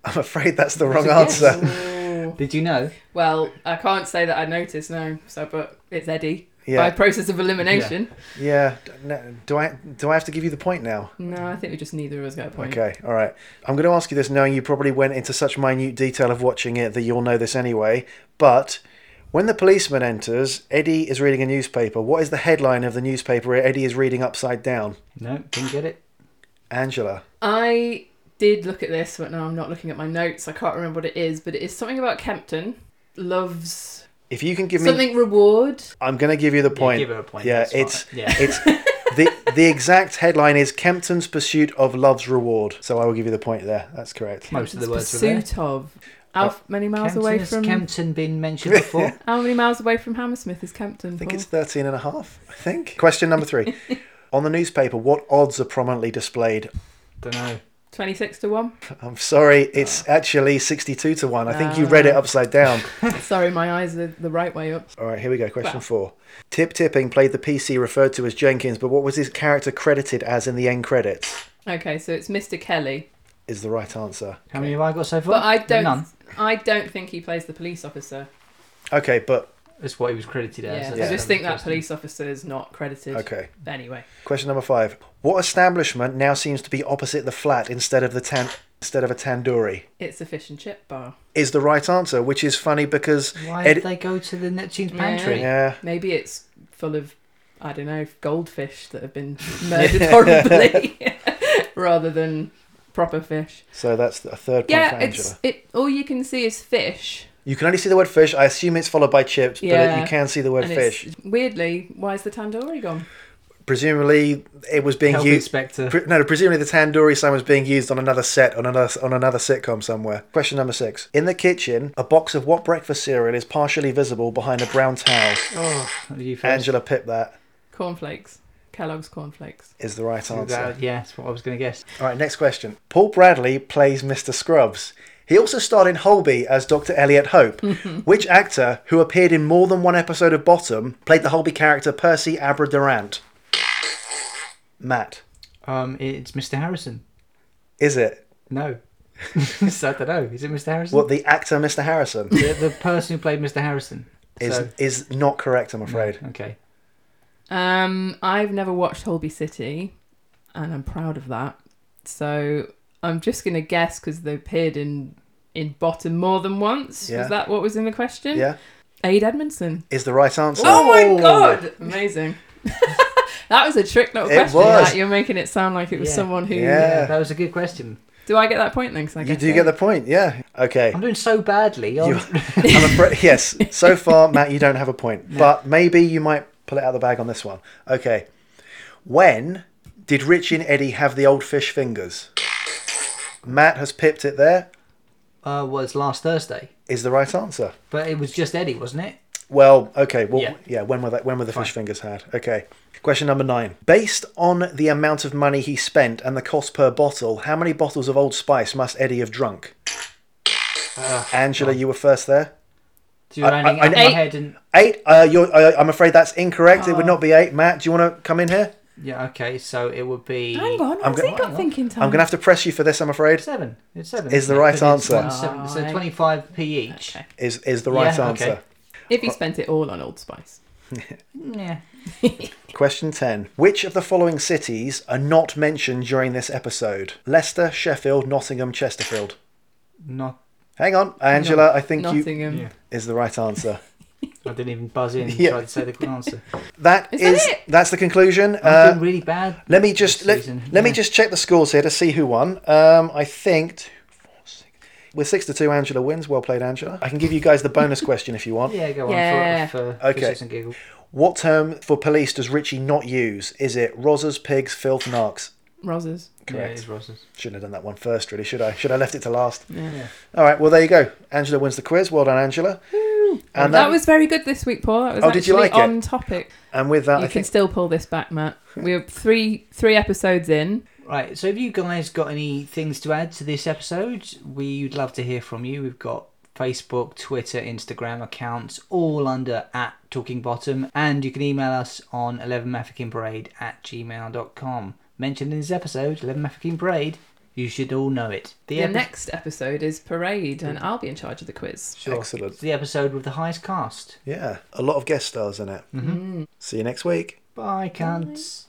S1: I'm afraid that's the wrong
S3: Yes.
S1: answer.
S3: Ooh.
S2: did you know?
S3: [laughs] well i can't say that i noticed no so but it's eddie
S1: Yeah.
S3: by process of elimination
S1: Yeah. d- no, Do I do I have to give you the point now?
S3: no i think we just neither of us got a point
S1: Okay. All right. I'm going to ask you this, knowing you probably went into such minute detail of watching it that you'll know this anyway. But when the policeman enters, Eddie is reading a newspaper. What is the headline of the newspaper Eddie is reading upside down?
S2: No, didn't get it.
S1: Angela.
S3: i did look at this but no i'm not looking at my notes i can't remember what it is but it is something about kempton loves
S1: If you can give me,
S3: something reward
S1: I'm going to give you the point.
S2: give her a point,
S1: Yeah.
S2: that's
S1: It's
S2: fine. Yeah.
S1: it's. the, the exact headline is Kempton's Pursuit of Love's Reward. So I will give you the point there. That's correct.
S2: Most of the words were there.
S3: pursuit of how f- many [laughs] miles
S2: Kempton,
S3: away
S2: has
S3: from
S2: Kempton been
S1: [laughs]
S2: mentioned before?
S3: how many miles away from Hammersmith is Kempton?
S1: I think
S3: Paul?
S1: it's 13 and a half, I think. Question number
S3: [laughs]
S1: three. On the newspaper, what odds are prominently displayed?
S2: Don't know.
S3: twenty-six to one. [laughs]
S1: I'm sorry, it's
S3: Ah.
S1: actually 62 to 1. I think you read it upside down.
S3: [laughs] Sorry, my eyes are the right way up.
S1: All right, here we go. Question
S3: Wow.
S1: four. Tip Tipping played the PC referred to as Jenkins, but what was his character credited as in the end credits?
S3: Okay, so it's Mr. Kelly,
S1: Is the right answer.
S2: How many have I got so far?
S3: but I don't.
S2: None.
S3: I don't think he plays the police officer.
S1: Okay, but.
S2: That's what he was credited as.
S3: Yeah,
S2: That's
S3: I just
S2: the
S3: think that
S2: first
S3: police officer is not credited.
S1: Okay.
S3: Anyway,
S1: Question number five. What establishment now seems to be opposite the flat instead of the tan. Instead of a tandoori
S3: it's a fish and chip bar.
S1: is the right answer, which is funny because
S2: thing. Why
S1: Ed-
S2: did they go to the Neptune's
S3: Yeah.
S2: pantry?
S1: yeah,
S3: Maybe it's full of I don't know goldfish that have been murdered horribly, [laughs] rather than proper fish.
S1: so that's a third point for
S3: Yeah,
S1: Angela.
S3: it's it. All you can see is fish.
S1: You can only see the word fish. I assume it's followed by chips, but it,
S3: Yeah.
S1: you can see the word
S3: And it's-
S1: fish.
S3: Weirdly, why is the tandoori gone?
S1: Presumably, it was being
S2: Health
S1: used.
S2: inspector.
S1: Pre- no, presumably the tandoori sign was being used on another set on another on another sitcom somewhere. Question number six: In the kitchen, a box of what breakfast cereal is partially visible behind a brown towel?
S2: oh, you first.
S1: Angela Pip, that
S3: Cornflakes. Kellogg's cornflakes.
S1: is the right
S2: That-
S1: answer.
S2: yeah, that's what I was going to guess.
S1: All right, next question. Paul Bradley plays Mr. Scrubs. He also starred in Holby as Dr. Elliot
S3: [laughs]
S1: Hope. Which actor, who appeared in more than one episode of Bottom, played the Holby character Percy Abra-Durant? Matt,
S2: Um, it's Mr. Harrison.
S1: is it?
S2: No. [laughs] so I don't know. Is it Mr. Harrison?
S1: What, the actor Mr. Harrison
S3: [laughs]
S2: the, the person who played Mr. Harrison.
S1: is,
S2: So-
S1: is not correct, I'm afraid.
S2: Okay.
S3: Um, I've never watched Holby City, and I'm proud of that. So I'm just gonna guess because they appeared in in Bottom more than once.
S1: Yeah.
S3: Was that what was in the question?
S1: Yeah?
S3: Aid Edmondson.
S1: Is the right answer.
S3: Oh
S2: Oh.
S3: my god!
S1: [laughs]
S3: Amazing. that was a trick little
S1: It
S3: question.
S1: was.
S3: Like, you're making it sound like it was
S2: Yeah.
S3: someone who.
S1: Yeah.
S2: That was a good question.
S3: Do I get that point then? 'Cause I
S1: You
S3: guess
S1: do
S3: I-
S1: get the point, yeah. Okay.
S2: I'm doing so badly. I'm-
S1: You, [laughs] I'm afraid, yes. So far, Matt, you don't have a point, but maybe you might pull it out of the bag on this one. Okay. When did Richie and Eddie have the old fish fingers? Matt has pipped it. There
S2: uh, was last Thursday,
S1: is the right answer.
S2: but it was just Eddie, wasn't it?
S1: Well, okay. Well, yeah.
S2: Yeah.
S1: when were that? When were the fish fingers had? Okay. Question number nine. Based on the amount of money he spent and the cost per bottle, how many bottles of Old Spice must Eddie have drunk? Angela, you were first there.
S2: Do you know
S1: I-
S2: anything
S1: I-
S2: out of
S1: I-
S2: my head? And
S1: Eight. Uh, you're, uh, I'm afraid that's incorrect.
S2: Oh.
S1: It would not be eight. Matt, do you want to come in here?
S2: yeah, okay. So it would be
S3: Hang on,
S1: I'm
S3: what's
S1: go-
S3: he got thinking time?
S1: I'm going to have to press you for this. I'm afraid
S2: seven. It's seven.
S1: Is the
S2: isn't it?
S1: right
S2: 'Cause it's
S1: answer.
S2: one seven- so
S3: Alright.
S2: twenty-five p each.
S3: Okay.
S1: is is the right
S2: Yeah,
S1: answer.
S2: okay.
S3: If he spent it all on Old Spice.
S2: Yeah.
S1: Question ten. Which of the following cities are not mentioned during this episode? Leicester, Sheffield, Nottingham, Chesterfield.
S2: Not.
S1: Hang on, Angela. I think you
S3: Nottingham.
S2: Yeah.
S1: is the right answer.
S2: I didn't even buzz in.
S1: Yeah.
S2: Yeah. Tried to say the
S1: [laughs]
S2: good answer.
S1: That
S3: Is
S1: is,
S3: that it?
S1: that's the conclusion.
S2: I'm
S1: Uh,
S2: doing really bad.
S1: let me just
S2: this
S1: let,
S2: season.
S1: let me
S2: Yeah.
S1: just check the scores here to see who won. Um, I think two, four, six. With six to two, Angela wins. Well played, Angela. I can give you guys the bonus [laughs] question if you want.
S2: Yeah, go on
S3: Yeah.
S2: for, for, for
S1: Okay.
S2: shits and giggles.
S1: What term for police does Richie not use? Is it rozzers, pigs, filth, narcs?
S3: Rosas.
S1: Correct.
S2: Yeah, it is Ross's.
S1: Shouldn't have done that one first, really, should I? Should I left it to last?
S3: Yeah.
S1: All right, well, there you go. Angela wins the quiz. Well done, Angela.
S3: that,
S1: And, that,
S3: was very good this week, Paul. That was
S1: Oh,
S3: actually
S1: did you like it?
S3: on topic.
S1: and with that,
S3: you
S1: I
S3: can
S1: think
S3: still pull this back, Matt. We're three three episodes in.
S2: Right, so have you guys got any things to add to this episode? We'd love to hear from you. We've got Facebook, Twitter, Instagram accounts, all under at Talking Bottom, and you can email us on 11maffikinparade at gmail.com. Mentioned in this episode, 11 Maffikin Parade, you should all know it. The,
S3: The
S2: epi-
S3: next episode is Parade, and I'll be in charge of the quiz.
S2: Sure.
S1: Excellent.
S2: It's the episode with the highest cast.
S1: Yeah, a lot of guest stars in it. Mm-hmm. See you next week.
S2: Bye, cunts.